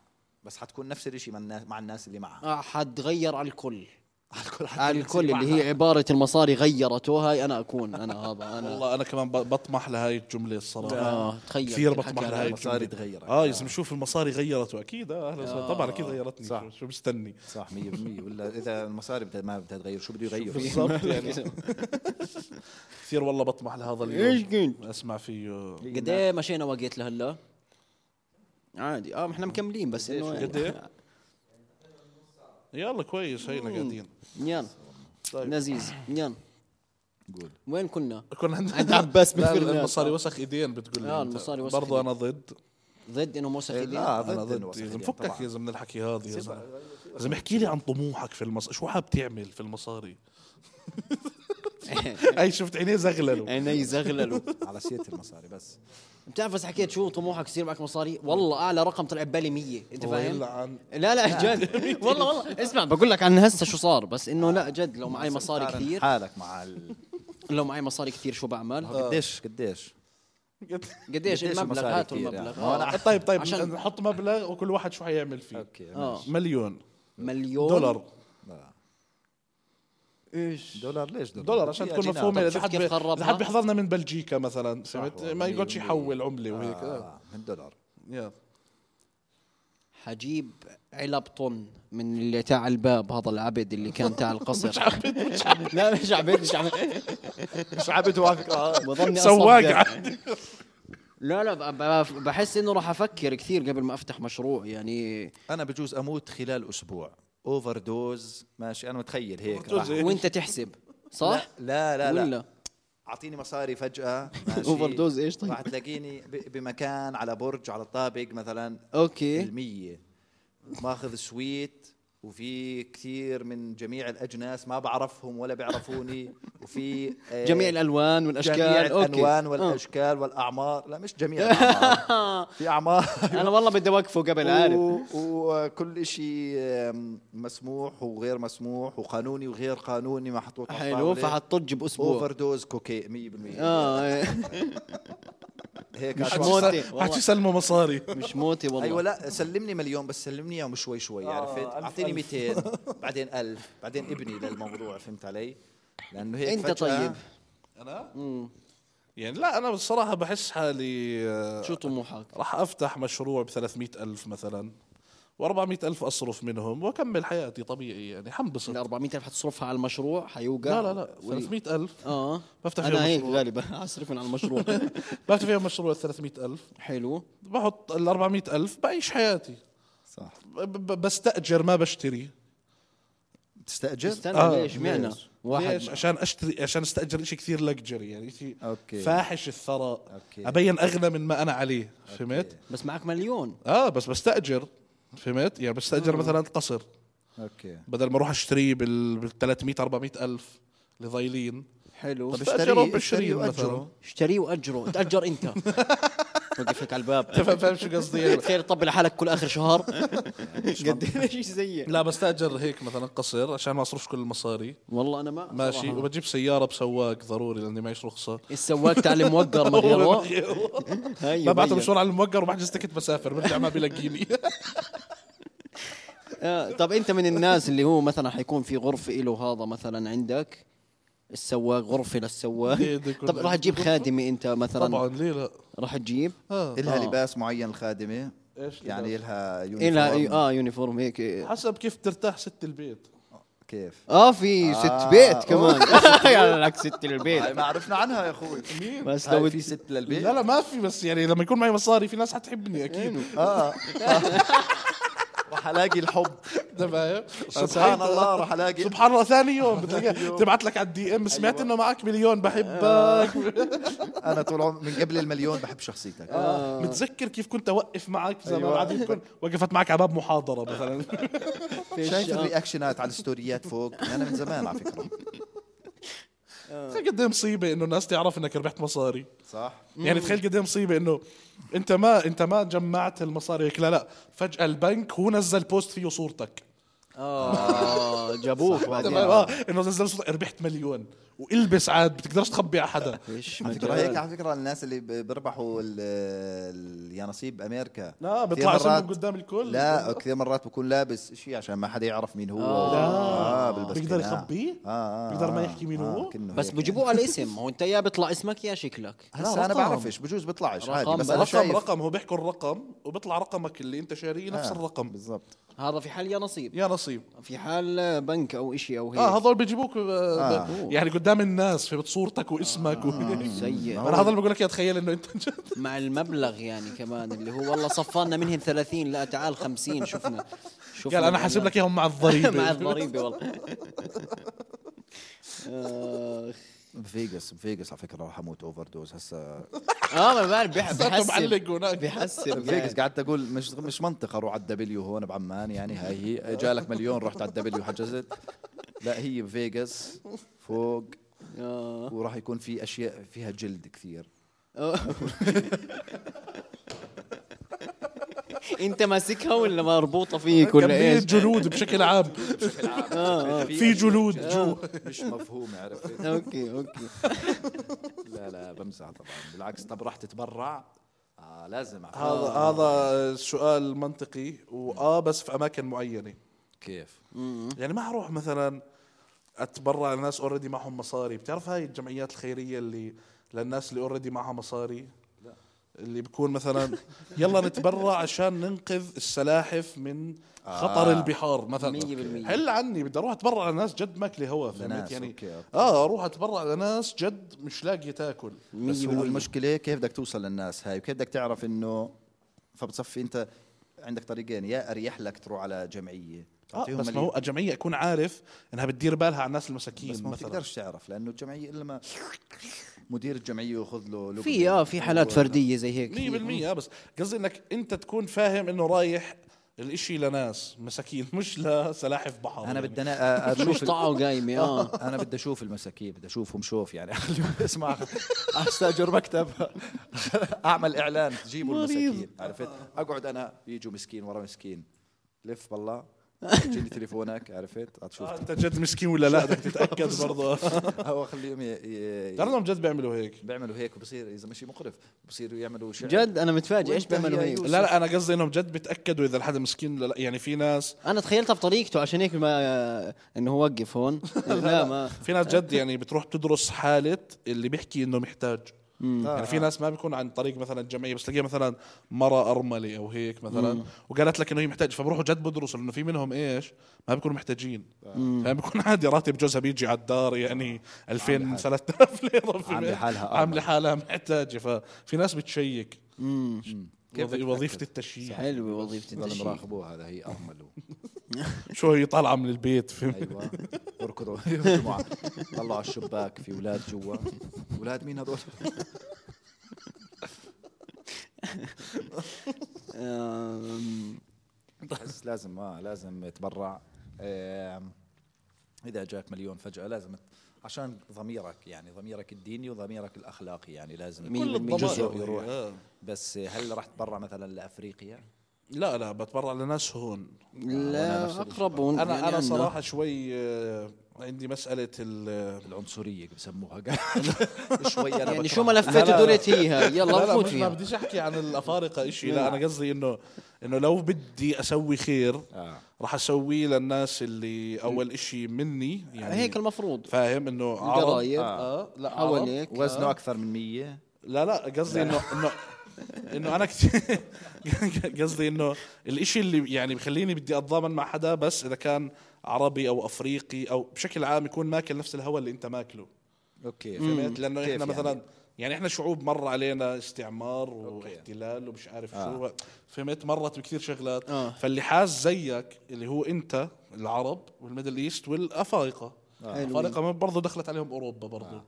Speaker 3: بس حتكون نفس الشيء مع الناس مع الناس اللي معها
Speaker 2: آه حتغير على الكل
Speaker 3: على الكل
Speaker 2: على الكل اللي هي عباره المصاري غيرته هاي انا اكون انا هذا انا
Speaker 1: والله انا كمان ب- بطمح لهاي الجمله الصراحه
Speaker 2: اه تخيل
Speaker 1: كثير
Speaker 2: الحكي
Speaker 1: بطمح
Speaker 2: هذا.
Speaker 1: لهاي
Speaker 3: المصاري
Speaker 1: الجملة.
Speaker 3: تغيرت.
Speaker 1: اه
Speaker 2: آه.
Speaker 1: يا زلمه شوف المصاري غيرته اكيد آه، أهلا وسهلا. طبعا اكيد غيرتني
Speaker 3: صح.
Speaker 1: شو- شو مستني
Speaker 3: صح 100% ولا اذا المصاري بدها ما بدها تغير شو بده يغير
Speaker 1: بالضبط يعني كثير والله بطمح لهذا
Speaker 2: إيش
Speaker 1: اليوم
Speaker 2: كنت؟
Speaker 1: اسمع فيه
Speaker 2: قد ايه مشينا وقت لهلا عادي اه احنا مكملين بس انه
Speaker 1: قد إيه؟ يلا كويس هينا قاعدين
Speaker 2: يلا
Speaker 1: طيب.
Speaker 2: لذيذ يلا
Speaker 3: قول
Speaker 2: وين كنا؟
Speaker 1: كنا عندنا
Speaker 2: عند عباس
Speaker 1: لا،
Speaker 2: بالفرناس.
Speaker 1: المصاري وسخ ايدين بتقول لي
Speaker 2: آه،
Speaker 1: أنت.
Speaker 2: المصاري وسخ
Speaker 1: برضو
Speaker 2: إيدين.
Speaker 1: انا ضد
Speaker 2: ضد انه موسخ
Speaker 3: إيه،
Speaker 2: ايدين
Speaker 3: لا
Speaker 1: انا
Speaker 3: ضد
Speaker 1: ضد
Speaker 3: وسخ
Speaker 1: يا زلمه
Speaker 3: ايدين
Speaker 1: فكك
Speaker 3: طبعاً.
Speaker 1: يا زلمه من الحكي هذا يا زلمه يا زلمه احكي لي عن طموحك في المصاري شو حاب تعمل في المصاري اي شفت عينيه زغللوا
Speaker 2: عيني زغللوا
Speaker 3: على سيره المصاري بس
Speaker 2: بتعرف بس حكيت شو طموحك يصير معك مصاري والله اعلى رقم طلع ببالي 100 انت
Speaker 1: الله
Speaker 2: فاهم
Speaker 1: يلعن.
Speaker 2: لا لا جد والله والله اسمع بقول لك عن هسه شو صار بس انه لا جد لو معي مصاري
Speaker 3: قارن
Speaker 2: كثير
Speaker 3: حالك مع ال...
Speaker 2: لو معي مصاري كثير شو بعمل
Speaker 3: قديش قديش
Speaker 2: قديش
Speaker 3: قديش
Speaker 2: المبلغ
Speaker 3: المصاري
Speaker 2: هاتوا
Speaker 3: كثير
Speaker 2: المبلغ
Speaker 3: يعني. ما أنا
Speaker 2: آه.
Speaker 1: طيب طيب
Speaker 2: عشان-
Speaker 1: نحط مبلغ وكل واحد شو حيعمل فيه آه،
Speaker 3: اوكي
Speaker 2: اه
Speaker 1: مليون
Speaker 2: مليون
Speaker 1: دولار
Speaker 3: لا.
Speaker 2: ايش
Speaker 3: دولار ليش دولار؟
Speaker 1: دولار عشان
Speaker 3: هي
Speaker 1: تكون
Speaker 3: جنيه.
Speaker 1: مفهومه اذا
Speaker 2: شفت
Speaker 1: حد
Speaker 2: كيف
Speaker 1: بي-
Speaker 2: خربها؟
Speaker 1: اذا حد بيحضرنا من بلجيكا مثلا فهمت
Speaker 3: والله،
Speaker 1: ما يقعدش
Speaker 3: مية
Speaker 1: يحول عمله وهيك آه.
Speaker 3: آه، من دولار
Speaker 1: يلا.
Speaker 2: حجيب علب طن من اللي تاع الباب هذا العبد اللي كان تاع القصر مش عبد مش عبد لا مش عبد مش عبد
Speaker 3: مش عبد واقع
Speaker 2: بظني
Speaker 1: سواق
Speaker 2: أصدق.
Speaker 1: عادي
Speaker 2: لا لا ب- ب- بحس انه راح افكر كثير قبل ما افتح مشروع يعني
Speaker 3: انا بجوز اموت خلال اسبوع اوفر دوز ماشي انا متخيل هيك راح.
Speaker 1: دوز.
Speaker 2: وانت تحسب صح؟
Speaker 3: لا لا لا,
Speaker 2: ولا
Speaker 3: اعطيني مصاري فجاه ماشي
Speaker 2: أوفر دوز إيش طيب؟
Speaker 3: راح تلاقيني ب- بمكان على برج على طابق مثلا
Speaker 2: اوكي
Speaker 3: المية ماخذ سويت وفي كثير من جميع الاجناس ما بعرفهم ولا بيعرفوني وفي آه،
Speaker 2: جميع الالوان والاشكال
Speaker 3: جميع
Speaker 2: أوكي. آه.
Speaker 3: الالوان والاشكال والاعمار لا مش جميع الاعمار في اعمار
Speaker 2: آه. انا والله بدي اوقفه قبل عارف
Speaker 3: و- وكل شيء آم، مسموح وغير مسموح وقانوني وغير قانوني محطوط على
Speaker 2: حلو
Speaker 3: الطاولة.
Speaker 2: فحطج باسبوع
Speaker 3: اوفر دوز كوكي 100%
Speaker 2: اه إيه.
Speaker 3: هيك
Speaker 2: مش
Speaker 3: أتوقع.
Speaker 2: موت. موتي، والله.
Speaker 1: حكي سلموا مصاري
Speaker 2: مش موتي والله
Speaker 3: ايوه لا سلمني مليون بس سلمني اياهم شوي شوي عرفت
Speaker 1: آه، ألف،
Speaker 3: اعطيني
Speaker 1: ألف.
Speaker 3: 200 بعدين 1000 بعدين ابني للموضوع فهمت علي لانه هيك
Speaker 2: أنت
Speaker 3: فجأة
Speaker 2: طيب.
Speaker 1: انا يعني لا انا بصراحه بحس حالي آه،
Speaker 2: شو طموحك؟
Speaker 1: راح افتح مشروع ب 300 الف مثلا و400 الف اصرف منهم واكمل حياتي طبيعي يعني
Speaker 2: ال
Speaker 1: حنبسط
Speaker 2: 400 الف حتصرفها على المشروع حيوقع
Speaker 1: لا لا لا
Speaker 2: وال-
Speaker 1: 300 الف
Speaker 2: اه
Speaker 1: بفتح
Speaker 2: انا
Speaker 1: فيها
Speaker 2: هيك
Speaker 1: مشروع
Speaker 2: غالبا اصرف على المشروع
Speaker 1: بفتح فيها مشروع 300 الف
Speaker 2: حلو
Speaker 1: بحط ال 400 الف بعيش حياتي
Speaker 3: صح
Speaker 1: ب- ب- بستاجر ما بشتري
Speaker 3: بتستاجر
Speaker 2: استنى
Speaker 1: آه،
Speaker 2: ليش معنى
Speaker 3: ليش؟
Speaker 2: واحد
Speaker 1: ليش؟ عشان اشتري عشان استاجر شيء كثير لكجري يعني شيء
Speaker 3: أوكي.
Speaker 1: فاحش الثراء
Speaker 3: أوكي.
Speaker 1: ابين اغنى من ما انا عليه فهمت؟
Speaker 2: بس معك مليون
Speaker 1: اه بس بستاجر فهمت؟ يعني بستاجر مثلا قصر
Speaker 2: آه.
Speaker 3: اوكي
Speaker 1: بدل ما اروح اشتريه بال 300 400 الف اللي ضايلين
Speaker 2: حلو
Speaker 1: طب
Speaker 2: طيب،
Speaker 3: اشتريه-
Speaker 1: استاجره ب
Speaker 3: اشتريه
Speaker 1: 20 مثلا
Speaker 3: وأجره.
Speaker 2: اشتريه واجره تاجر انت وقف هيك على الباب
Speaker 1: فاهم فاهم شو قصدي
Speaker 2: تخيل تطبل حالك كل اخر شهر قد ايش زيي
Speaker 1: لا بستاجر هيك مثلا قصر عشان ما اصرفش كل المصاري
Speaker 2: والله انا ما
Speaker 1: ماشي
Speaker 2: صراحة.
Speaker 1: وبجيب سياره بسواق ضروري لاني معيش رخصه
Speaker 2: السواق تاع الموقر ما غيره هيو
Speaker 1: ما بعته
Speaker 2: هيو.
Speaker 1: مشوار على الموقر وبحجز تكت بسافر برجع ما بيلاقيني
Speaker 2: آه، طب انت من الناس اللي هو مثلا حيكون في غرفه له هذا مثلا عندك السواق غرفه
Speaker 1: ليه
Speaker 2: للسواق
Speaker 1: بده يكون
Speaker 2: طب طيب، راح تجيب خادمه انت مثلا
Speaker 1: طبعا ليه لا
Speaker 2: راح تجيب
Speaker 1: آه.
Speaker 3: إلها
Speaker 2: آه.
Speaker 3: لباس معين الخادمه
Speaker 1: إيش
Speaker 3: يعني
Speaker 1: لباس؟
Speaker 3: إلها يونيفورم
Speaker 2: إلها اه يونيفورم هيك آه.
Speaker 1: حسب كيف ترتاح ست البيت
Speaker 3: كيف
Speaker 2: اه في
Speaker 3: آه.
Speaker 2: ست بيت كمان يعني لك ست
Speaker 3: هاي
Speaker 2: البيت
Speaker 3: ما عرفنا عنها يا اخوي
Speaker 1: مين؟
Speaker 2: بس لو
Speaker 3: هاي في ست للبيت
Speaker 1: لا لا ما في بس يعني لما يكون معي مصاري في ناس حتحبني اكيد
Speaker 3: اه راح الاقي الحب
Speaker 1: أنت فاهم؟
Speaker 3: سبحان الله راح الاقي
Speaker 1: سبحان الله ثاني يوم بتلاقيها تبعت لك على الدي ام سمعت انه معك مليون بحبك
Speaker 3: انا طول عمري من قبل المليون بحب شخصيتك
Speaker 1: متذكر كيف كنت اوقف معك زمان
Speaker 3: أيوة.
Speaker 1: قاعدين كن- وقفت معك على باب محاضره مثلا
Speaker 3: شايف الرياكشنات على الستوريات فوق انا من زمان على فكره آه.
Speaker 1: تخيل قد ايه مصيبه انه الناس تعرف انك ربحت مصاري
Speaker 3: صح
Speaker 1: يعني تخيل قد ايه مصيبه انه انت ما انت ما جمعت المصاري هيك لا لا فجاه البنك هو نزل بوست فيه صورتك
Speaker 2: اه جابوه
Speaker 1: تمام
Speaker 2: بعدين
Speaker 1: اه انه نزل صورتك ربحت مليون والبس عاد بتقدرش تخبي على حدا
Speaker 2: ايش
Speaker 3: على فكره هيك على فكره الناس اللي ب- بيربحوا ال- اليانصيب بامريكا
Speaker 1: لا
Speaker 3: كثير
Speaker 1: بيطلع اسمهم
Speaker 3: مرات-
Speaker 1: قدام الكل
Speaker 3: لا كثير مرات بكون لابس شيء عشان ما حدا يعرف مين هو
Speaker 2: آه.
Speaker 1: لا
Speaker 3: بالبس
Speaker 1: بيقدر
Speaker 3: كده.
Speaker 1: يخبيه
Speaker 3: آه، آه،
Speaker 1: بيقدر ما
Speaker 3: آه،
Speaker 1: يحكي مين
Speaker 3: آه،
Speaker 1: هو
Speaker 3: كأنه
Speaker 2: بس
Speaker 3: هيك
Speaker 2: بجيبوه على الاسم هو انت يا بيطلع اسمك يا شكلك
Speaker 3: يعني. هسا
Speaker 2: رقم.
Speaker 3: انا بعرفش بجوز بيطلعش عادي
Speaker 2: رقم
Speaker 3: بس انا
Speaker 1: رقم
Speaker 3: شايف
Speaker 1: رقم هو بيحكوا الرقم وبيطلع رقمك اللي انت شاريه نفس
Speaker 3: آه،
Speaker 1: الرقم
Speaker 3: بالضبط
Speaker 2: هذا في حال يا نصيب
Speaker 1: يا نصيب
Speaker 2: في حال بنك او شيء او هيك
Speaker 1: اه هذول بيجيبوك آه،
Speaker 3: آه.
Speaker 1: يعني قدام الناس في صورتك واسمك و...
Speaker 2: سيء.
Speaker 1: انا هذول بقول لك يا تخيل انه انت جد
Speaker 2: مع المبلغ يعني كمان اللي هو والله صفرنا منهم 30 لا تعال 50 شفنا شفنا
Speaker 1: قال انا حاسب لك اياهم مع الضريبه
Speaker 2: مع الضريبه والله آخ.
Speaker 3: بفيجاس بفيجاس على فكره راح اموت اوفر دوز هسا
Speaker 2: اه ما بعرف بح-
Speaker 1: صرت
Speaker 2: بحسب
Speaker 1: معلق هناك
Speaker 2: بحسب
Speaker 3: فيجاس
Speaker 2: يعني.
Speaker 3: قعدت اقول مش مش منطق اروح على الدبليو هون بعمان يعني هاي هي جالك مليون رحت على الدبليو حجزت لا هي بفيجاس فوق
Speaker 1: أه؟
Speaker 2: آه.
Speaker 3: وراح يكون في اشياء فيها جلد كثير
Speaker 2: انت ماسكها ولا مربوطه فيك ولا
Speaker 1: كمية
Speaker 2: ايش؟
Speaker 1: جلود بشكل عام في جلود جو
Speaker 3: مش مفهوم عرفت
Speaker 2: اوكي اوكي
Speaker 3: لا لا بمزح طبعا بالعكس طب راح تتبرع آه لازم
Speaker 1: هذا هذا سؤال منطقي واه بس في اماكن معينه
Speaker 3: كيف
Speaker 1: يعني ما اروح مثلا اتبرع لناس اوريدي معهم مصاري بتعرف هاي الجمعيات الخيريه اللي للناس اللي اوريدي معها مصاري اللي بكون مثلا يلا نتبرع عشان ننقذ السلاحف من خطر
Speaker 3: آه.
Speaker 1: البحار مثلا
Speaker 2: مية بالمية.
Speaker 1: هل عني بدي اروح اتبرع لناس جد ماكله هوا فهمت
Speaker 3: لناس،
Speaker 1: يعني
Speaker 3: أوكي، أوكي.
Speaker 1: اه اروح اتبرع لناس جد مش لاقيه تاكل
Speaker 3: بس هو
Speaker 2: 100%
Speaker 3: المشكله كيف بدك توصل للناس هاي وكيف بدك تعرف انه فبتصفي انت عندك طريقين يا اريح لك تروح على جمعيه
Speaker 1: آه
Speaker 3: تعطيهم
Speaker 1: بس ما
Speaker 3: مليون.
Speaker 1: هو الجمعيه اكون عارف انها بتدير بالها على الناس المساكين
Speaker 3: بس ما
Speaker 1: مثلا
Speaker 3: بتقدرش تعرف لانه الجمعيه الا ما مدير الجمعيه ياخذ له لقمة.
Speaker 2: في اه في حالات فرديه زي هيك
Speaker 1: 100% آه، بس قصدي انك انت تكون فاهم انه رايح الاشي لناس مساكين مش لسلاحف بحر
Speaker 3: انا
Speaker 1: يعني.
Speaker 3: بدي انا
Speaker 2: مش
Speaker 3: اشوف
Speaker 2: طاعه وقايمه
Speaker 1: آه.
Speaker 2: اه
Speaker 3: انا بدي اشوف المساكين بدي اشوفهم شوف يعني خليهم اسمع استاجر مكتب اعمل اعلان جيبوا المساكين عرفت اقعد انا يجوا مسكين ورا مسكين لف بالله يجيني تليفونك عرفت هتشوف
Speaker 1: آه، انت جد مسكين ولا لا بدك تتاكد برضه
Speaker 3: هو خليهم ي- ي-
Speaker 1: ترى انهم جد بيعملوا هيك
Speaker 3: بيعملوا هيك وبصير اذا مشي مقرف بصيروا يعملوا شعر
Speaker 2: جد انا متفاجئ ايش
Speaker 3: وانت
Speaker 2: بيعملوا
Speaker 3: يا
Speaker 2: هيك
Speaker 1: لا لا انا قصدي انهم جد بيتاكدوا اذا الحد مسكين ولا لا يعني في ناس
Speaker 2: انا تخيلتها بطريقته عشان هيك ما انه هو وقف هون لا ما
Speaker 1: في ناس جد يعني بتروح تدرس حاله اللي بيحكي انه محتاج يعني في ناس ما بيكون عن طريق مثلا الجمعيه بس تلاقيها مثلا مره ارمله او هيك مثلا وقالت لك انه هي محتاج فبروحوا جد بدرسوا لانه في منهم ايش ما بيكونوا محتاجين فبيكون عادي راتب جوزها بيجي على الدار يعني 2000 3000 ليره في
Speaker 3: عاملة
Speaker 1: البيت.
Speaker 3: حالها آه. أرملة.
Speaker 1: عامله حالها محتاجه ففي ناس بتشيك
Speaker 3: كيف
Speaker 1: وظ- وظيفه
Speaker 3: تتأكد؟
Speaker 1: التشييع
Speaker 2: حلوه وظيفه
Speaker 3: ضل
Speaker 2: التشييع
Speaker 3: مراقبوها هذا هي ارمل
Speaker 1: شو هي طالعه من البيت فهمت
Speaker 3: ايوه اركضوا يهجموا على- طلعوا على الشباك في اولاد جوا اولاد مين هذول؟
Speaker 2: آم،
Speaker 1: آه،
Speaker 3: بس لازم اه لازم يتبرع آه، آم، اذا جاك مليون فجاه لازم ت- عشان ضميرك يعني ضميرك الديني وضميرك الاخلاقي يعني لازم
Speaker 2: مية
Speaker 1: كل
Speaker 2: بالمية.
Speaker 1: الضمائر
Speaker 3: جزء
Speaker 1: هي،
Speaker 3: يروح
Speaker 1: آه.
Speaker 3: بس هل راح تبرع مثلا لافريقيا؟
Speaker 1: لا لا بتبرع لناس هون
Speaker 3: وأنا نفس
Speaker 2: لا
Speaker 3: الشيء.
Speaker 2: اقربون
Speaker 1: انا
Speaker 2: يعني
Speaker 1: انا
Speaker 2: عنا.
Speaker 1: صراحه شوي آه، عندي مساله ال
Speaker 3: العنصريه بسموها شوي انا
Speaker 2: يعني
Speaker 3: بكره.
Speaker 2: شو
Speaker 1: لا،
Speaker 2: ملفات
Speaker 1: لا.
Speaker 2: دولت هي
Speaker 1: لا
Speaker 2: يلا
Speaker 1: لا
Speaker 2: نفوت
Speaker 1: مش ما
Speaker 2: فيها
Speaker 1: بديش احكي عن الافارقه إشي لا انا قصدي انه انه لو بدي اسوي خير
Speaker 3: آه.
Speaker 1: راح اسويه للناس اللي اول إشي مني يعني
Speaker 2: هيك المفروض
Speaker 1: فاهم انه عرب
Speaker 2: القرايب
Speaker 1: آه. لا عرب
Speaker 2: حواليك
Speaker 3: وزنه اكثر من 100
Speaker 1: لا لا قصدي انه انه انه انا كت- قصدي انه الاشي اللي يعني بخليني بدي اتضامن مع حدا بس اذا كان عربي او افريقي او بشكل عام يكون ماكل نفس الهوى اللي انت ماكله
Speaker 3: اوكي
Speaker 1: فهمت لانه
Speaker 3: كيف
Speaker 1: احنا
Speaker 3: يعني؟
Speaker 1: مثلا يعني احنا شعوب مر علينا استعمار
Speaker 3: أوكي.
Speaker 1: واحتلال ومش عارف
Speaker 3: آه.
Speaker 1: شو فهمت مرت بكثير شغلات
Speaker 2: آه.
Speaker 1: فاللي حاس زيك اللي هو انت العرب والميدل ايست والافارقه
Speaker 2: آه.
Speaker 1: الافارقه ما- برضه دخلت عليهم اوروبا
Speaker 3: آه.
Speaker 1: برضه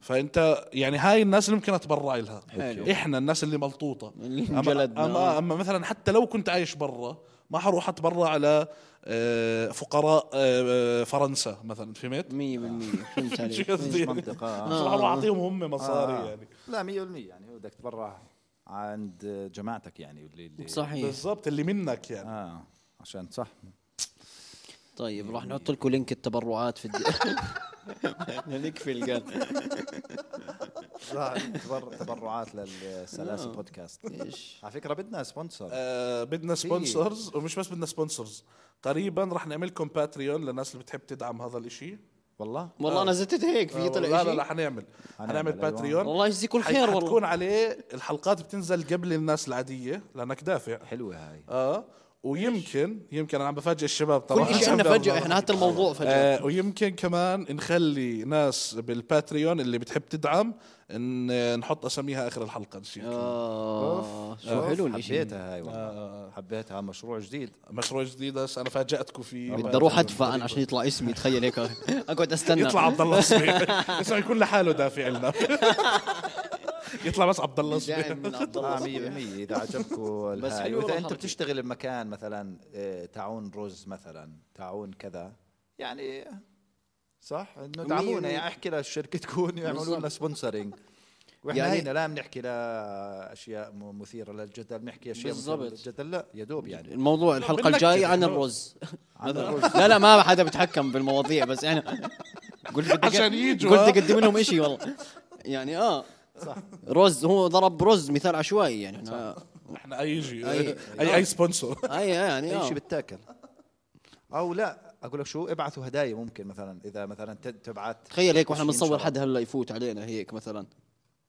Speaker 1: فانت يعني هاي الناس اللي ممكن اتبرع لها
Speaker 2: حلو.
Speaker 1: احنا الناس اللي ملطوطه
Speaker 2: اللي
Speaker 1: أما,
Speaker 2: انجلدنا.
Speaker 3: آه.
Speaker 1: أما, اما مثلا حتى لو كنت عايش برا ما حروح اتبرع على آه، فقراء آه، فرنسا مثلا فهمت؟
Speaker 2: 100% فهمت
Speaker 1: شو
Speaker 2: عليك
Speaker 1: قصدي؟
Speaker 3: مش منطقة.
Speaker 1: مش راح أروح اعطيهم هم مصاري
Speaker 3: آه.
Speaker 1: يعني
Speaker 3: لا 100% يعني بدك تبرع عند جماعتك يعني اللي اللي
Speaker 2: صحيح
Speaker 1: بالضبط اللي منك يعني
Speaker 3: اه عشان صح
Speaker 2: طيب راح نحط لكم لينك التبرعات في الد... نقفل قال
Speaker 3: صح تبر- تبرعات للسلاسل بودكاست
Speaker 2: إيش؟
Speaker 3: على فكره بدنا سبونسر
Speaker 1: آه بدنا سبونسرز ومش بس بدنا سبونسرز قريبا راح نعمل لكم باتريون للناس اللي بتحب تدعم هذا الاشي
Speaker 3: والله
Speaker 2: والله انا زتت هيك
Speaker 1: آه،
Speaker 2: في طلع
Speaker 1: لا لا
Speaker 2: شيء.
Speaker 1: لا حنعمل
Speaker 3: حنعمل،
Speaker 1: حنعمل
Speaker 3: أيوة.
Speaker 1: باتريون
Speaker 2: والله يجزيكم الخير
Speaker 1: حي-
Speaker 2: والله
Speaker 1: حتكون عليه الحلقات بتنزل قبل الناس العاديه لانك دافع
Speaker 3: حلوه هاي
Speaker 1: اه ويمكن يمكن انا عم بفاجئ الشباب طبعا
Speaker 2: كل شيء عندنا فجأة احنا حتى الموضوع فجأة
Speaker 1: آه ويمكن كمان نخلي ناس بالباتريون اللي بتحب تدعم إن نحط اساميها اخر الحلقه ان شاء الله
Speaker 2: آه شو
Speaker 3: أوف،
Speaker 2: حلو الاشي
Speaker 3: حبيتها هاي والله حبيتها مشروع جديد
Speaker 1: مشروع جديد هسه انا فاجاتكم فيه
Speaker 2: بدي اروح ادفع انا عشان يطلع اسمي تخيل هيك اقعد استنى
Speaker 1: يطلع عبد الله صبيح بس يكون لحاله دافع لنا يطلع بس عبد الله صبيح
Speaker 2: داعم من يعني عبد الله
Speaker 3: آه 100% إذا عجبكم
Speaker 2: بس
Speaker 3: الهاي
Speaker 2: حلوة
Speaker 3: وإذا أنت
Speaker 2: الحركة.
Speaker 3: بتشتغل بمكان مثلا آه، تعون رز مثلا تعون كذا يعني صح إنه دعمونا
Speaker 2: مية.
Speaker 3: يعني احكي للشركة تكون يعملوا
Speaker 2: بالضبط.
Speaker 3: لنا سبونسرينج واحنا
Speaker 2: يعني-
Speaker 3: يعني هنا لا بنحكي لاشياء م- مثيره للجدل بنحكي اشياء مثيره
Speaker 2: بالضبط.
Speaker 3: للجدل لا يا دوب يعني
Speaker 2: الموضوع الحلقة
Speaker 1: بنكت
Speaker 2: الجاية عن
Speaker 1: إحنا.
Speaker 2: الرز
Speaker 3: عن الرز.
Speaker 2: لا لا ما حدا بيتحكم بالمواضيع بس يعني قلت بدي
Speaker 1: عشان يجوا. آه.
Speaker 2: قلت اقدم لهم شيء والله يعني اه صح رز هو ضرب رز مثال عشوائي يعني احنا
Speaker 1: احنا اي شيء
Speaker 2: أي-
Speaker 1: اي اي سبونسور
Speaker 2: اي يعني
Speaker 3: اي شيء
Speaker 2: اه
Speaker 3: بتاكل او لا اقول لك شو ابعثوا هدايا ممكن مثلا اذا مثلا ت- تبعت
Speaker 2: تخيل هيك واحنا
Speaker 3: إشي
Speaker 2: بنصور
Speaker 3: إن شاء
Speaker 2: حد هلا يفوت علينا هيك مثلا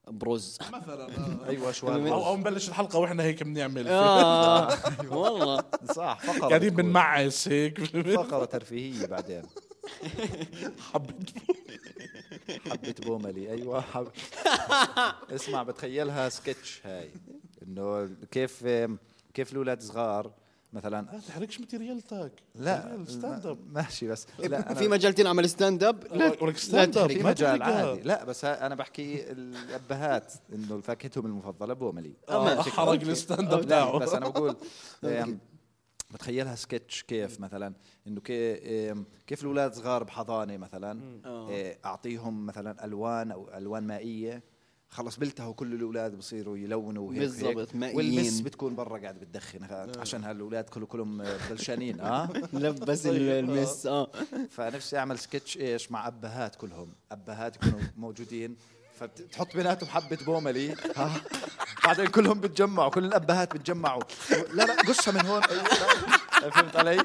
Speaker 2: برز
Speaker 1: مثلا
Speaker 3: الله. ايوه
Speaker 1: او
Speaker 3: شوي
Speaker 1: او نبلش الحلقه واحنا هيك بنعمل
Speaker 2: اه والله
Speaker 3: صح فقره
Speaker 1: قاعدين
Speaker 3: بتكون.
Speaker 1: بنمعس هيك
Speaker 3: فقره ترفيهيه بعدين
Speaker 1: حبيت
Speaker 3: حبة بوملي ايوه حب... اسمع بتخيلها سكتش هاي انه كيف كيف الاولاد صغار مثلا
Speaker 1: ما تحرقش ماتيريالتك
Speaker 3: لا
Speaker 1: ستاند اب
Speaker 3: ماشي بس لا
Speaker 2: إيه، في
Speaker 3: أنا
Speaker 2: مجال تنعمل ستاند اب لا
Speaker 1: ورك ستاند اب
Speaker 3: في
Speaker 1: ما
Speaker 3: مجال
Speaker 1: تحرقها.
Speaker 3: عادي لا بس ه- انا بحكي الابهات انه فاكهتهم المفضله بوملي
Speaker 1: آه، حرق الستاند اب
Speaker 3: لا
Speaker 1: تاعه
Speaker 3: بس انا بقول أم، بتخيلها سكتش كيف مثلا انه كي أم، كيف الاولاد صغار بحضانه مثلا
Speaker 2: آه.
Speaker 3: إيه، اعطيهم مثلا الوان او الوان مائيه خلص بلتهوا كل الاولاد بصيروا يلونوا وهيك وهيك.
Speaker 2: بالضبط، مائيين. آه.
Speaker 3: والمس بتكون برا قاعده بتدخن ها- عشان هالاولاد كل كلهم بلشانين اه
Speaker 2: لبس
Speaker 3: أيوة.
Speaker 2: المس اه
Speaker 3: فنفسي اعمل سكتش ايش مع ابهات كلهم ابهات يكونوا موجودين فتحط بيناتهم حبه بوملي ها بعدين كلهم بتجمعوا كل الابهات بتجمعوا لا لا قصها من هون أيوة، لا. فهمت علي؟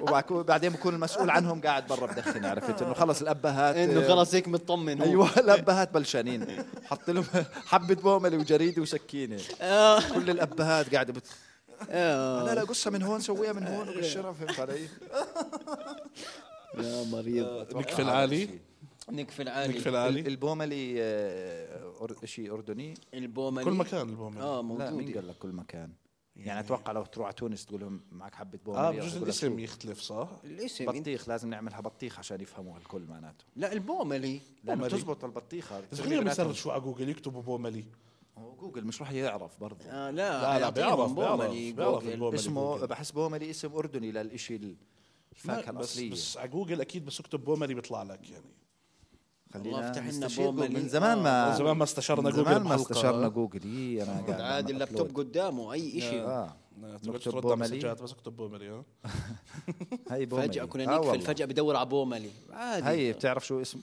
Speaker 3: وبعك- وبعدين بكون المسؤول عنهم قاعد برا بدخن عرفت انه خلص الابهات
Speaker 2: انه خلاص هيك مطمن هو.
Speaker 3: ايوه الابهات بلشانين حط لهم حبه بوملي وجريده وسكينه
Speaker 2: آه.
Speaker 3: كل الابهات قاعده بت...
Speaker 2: آه.
Speaker 3: لا لا قصها من هون سويها من هون وقشرها فهمت علي؟
Speaker 2: لا مريض
Speaker 1: نقفل عالي
Speaker 2: نقفل عالي
Speaker 1: نقفل عالي
Speaker 3: البوملي آه، أر- شيء اردني
Speaker 2: البوملي
Speaker 1: كل مكان البومه
Speaker 2: اه
Speaker 3: لا مين
Speaker 2: موجود
Speaker 3: قال لك كل مكان يعني اتوقع لو تروح على تونس تقول لهم معك حبه بوملي
Speaker 1: اه
Speaker 3: راح
Speaker 1: بجوز
Speaker 3: يقول لك
Speaker 1: الاسم يختلف صح؟
Speaker 2: الاسم أنت-
Speaker 3: بطيخ لازم نعملها بطيخ عشان يفهموها الكل معناته
Speaker 2: لا البوملي
Speaker 3: لانه
Speaker 1: بوملي.
Speaker 3: تزبط البطيخه
Speaker 1: اذا خليهم يسرشوا على جوجل يكتبوا بوملي
Speaker 3: هو جوجل مش راح يعرف برضه
Speaker 2: آه لا
Speaker 1: لا،
Speaker 2: حيعطيهم
Speaker 1: بيعرف- بيعرف-
Speaker 2: بوملي،
Speaker 1: بيعرف
Speaker 2: جوجل.
Speaker 1: البوملي.
Speaker 3: اسمه
Speaker 1: جوجل.
Speaker 3: بحس بوملي اسم اردني للإشي ال- الفاكهه
Speaker 1: ما- بس
Speaker 3: الاصليه
Speaker 1: بس على جوجل اكيد بس اكتب بومري بيطلع لك يعني
Speaker 2: والله افتح لنا
Speaker 3: نستشير
Speaker 2: بومة
Speaker 3: جوجل. من
Speaker 2: لي.
Speaker 3: زمان
Speaker 2: آه.
Speaker 1: من
Speaker 3: ما
Speaker 1: آه، زمان ما استشرنا
Speaker 3: من
Speaker 1: جوجل
Speaker 3: زمان ما
Speaker 1: بحلقة.
Speaker 3: استشرنا جوجل إيه أنا قاعد
Speaker 2: عادي
Speaker 3: عم
Speaker 2: اللابتوب
Speaker 3: أبلود.
Speaker 2: قدامه اي شيء
Speaker 3: آه
Speaker 1: لا، تقعد
Speaker 3: نكتب
Speaker 1: ترد على
Speaker 3: بوملي
Speaker 1: مسجات بس اكتب بومري ها
Speaker 3: هي بوملي
Speaker 2: فجأة كنا
Speaker 3: آه
Speaker 2: نقفل
Speaker 3: والله.
Speaker 2: فجأة بدور على بوملي عادي
Speaker 3: هي بتعرف شو اسمه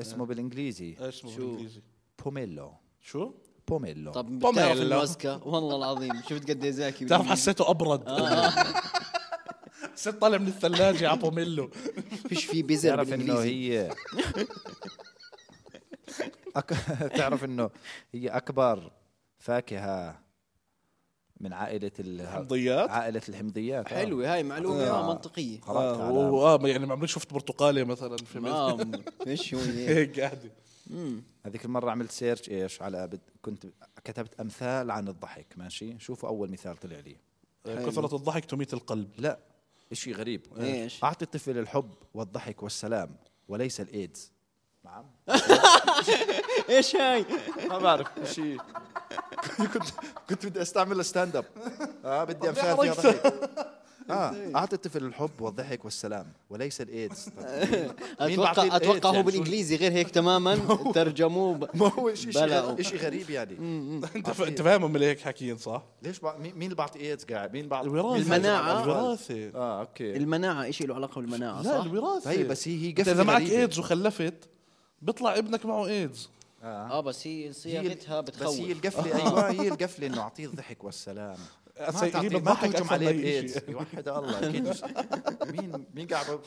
Speaker 3: اسمه بالانجليزي
Speaker 1: ايش اسمه
Speaker 2: شو؟
Speaker 1: بالانجليزي
Speaker 3: بوميلو
Speaker 1: شو؟
Speaker 3: بوميلو
Speaker 2: طب
Speaker 1: بوميلو.
Speaker 2: بتعرف الماسكة والله العظيم شفت قد ايه زاكي
Speaker 1: بتعرف حسيته ابرد حسيت طالع من الثلاجه على بوميلو
Speaker 2: فيش في بزر
Speaker 3: تعرف انه
Speaker 2: بالانجليزي
Speaker 3: هي أك... تعرف انه هي اكبر فاكهه من عائله ال...
Speaker 1: الحمضيات؟
Speaker 3: عائله الحمضيات آه.
Speaker 2: حلوة هاي معلومة آه. منطقية
Speaker 3: قرأت
Speaker 1: آه،
Speaker 3: على-
Speaker 1: واه يعني ما عمري شفت برتقالي مثلا في مثل-
Speaker 2: آه، مش هو هيك.
Speaker 1: هيك قاعده
Speaker 3: هذيك المره عملت سيرش ايش على بد... كنت كتبت امثال عن الضحك ماشي شوفوا اول مثال طلع لي
Speaker 2: حلو.
Speaker 1: آه، كثرة الضحك تميت القلب
Speaker 3: لا اشي غريب
Speaker 2: إيش؟
Speaker 3: اعطي الطفل الحب والضحك والسلام وليس الايدز نعم
Speaker 2: ايش هاي
Speaker 3: ما بعرف شيء كنت كنت بدي استعمل ستاند اب اه بدي امثال فيها ضحك اه اعطي الطفل الحب والضحك والسلام وليس الايدز طب مين
Speaker 2: اتوقع
Speaker 3: بعطيه الإيدز
Speaker 2: اتوقع هو
Speaker 3: يعني؟ شو-
Speaker 2: بالانجليزي غير هيك تماما ترجموه ب...
Speaker 3: ما هو شيء
Speaker 2: بلا.
Speaker 3: شيء غريب يعني
Speaker 1: انت ف- انت فاهمهم اللي هيك حاكيين صح؟
Speaker 3: ليش بع... مين مين اللي بعطي ايدز قاعد مين بعطي
Speaker 2: المناعة.
Speaker 1: الوراثه
Speaker 3: اه اوكي
Speaker 2: المناعة شيء له علاقة بالمناعة
Speaker 1: لا
Speaker 2: صح؟
Speaker 1: الوراثه
Speaker 3: طيب بس هي هي
Speaker 1: انت
Speaker 3: قفله
Speaker 1: اذا معك
Speaker 3: غريبة.
Speaker 1: ايدز وخلفت بيطلع ابنك معه ايدز
Speaker 2: اه بس هي
Speaker 3: هي
Speaker 2: صياغتها بتخوف
Speaker 3: بس هي القفله ايوه هي القفله انه اعطيه الضحك والسلام ما
Speaker 1: أصل هي
Speaker 3: تعطيه- ما
Speaker 1: بتضحك
Speaker 3: تهجم
Speaker 1: أكثر
Speaker 3: عليه
Speaker 1: من أي
Speaker 3: بايدز
Speaker 1: شيء.
Speaker 3: يوحد الله اكيد مش- مين مين قاعد ب-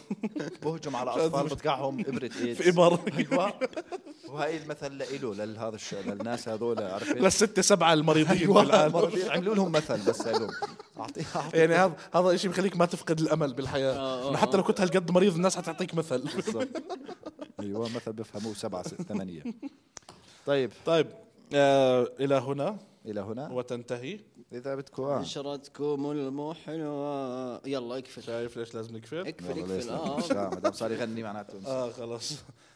Speaker 3: بهجم على اطفال بتقعهم ابره ايدز
Speaker 1: في ابر
Speaker 3: ايوه وهي المثل لإله لهذا الشيء للناس هذول عرفت
Speaker 1: للستة سبعة المريضين في
Speaker 3: ايوه
Speaker 1: العالم
Speaker 3: مرة في- عملوا لهم مثل بس قالوا اعطيه أعطيه
Speaker 1: يعني هذا هذا الشيء بخليك ما تفقد الامل بالحياه انه حتى لو كنت هالقد مريض الناس حتعطيك مثل
Speaker 3: بالضبط. ايوه مثل بفهموه سبعه ست- ثمانيه طيب
Speaker 1: طيب آه الى هنا
Speaker 3: الى هنا
Speaker 1: وتنتهي
Speaker 3: اذا بدكم آه.
Speaker 2: نشرتكم المو حلوة يلا اكفل
Speaker 1: شايف ليش لازم نقفل
Speaker 2: اكفل
Speaker 3: والله ليش
Speaker 2: اكفل
Speaker 3: لا؟
Speaker 2: اه
Speaker 3: ليش لا؟ ما دام صار يغني معناته
Speaker 1: اه خلاص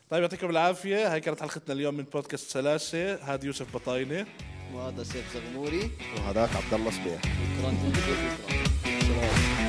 Speaker 1: طيب يعطيكم العافيه هاي كانت حلقتنا اليوم من بودكاست سلاسه هذا يوسف بطاينه
Speaker 2: وهذا آه، سيف زغموري
Speaker 3: وهذاك عبد الله صبيح
Speaker 2: شكرا شكرا
Speaker 1: سلام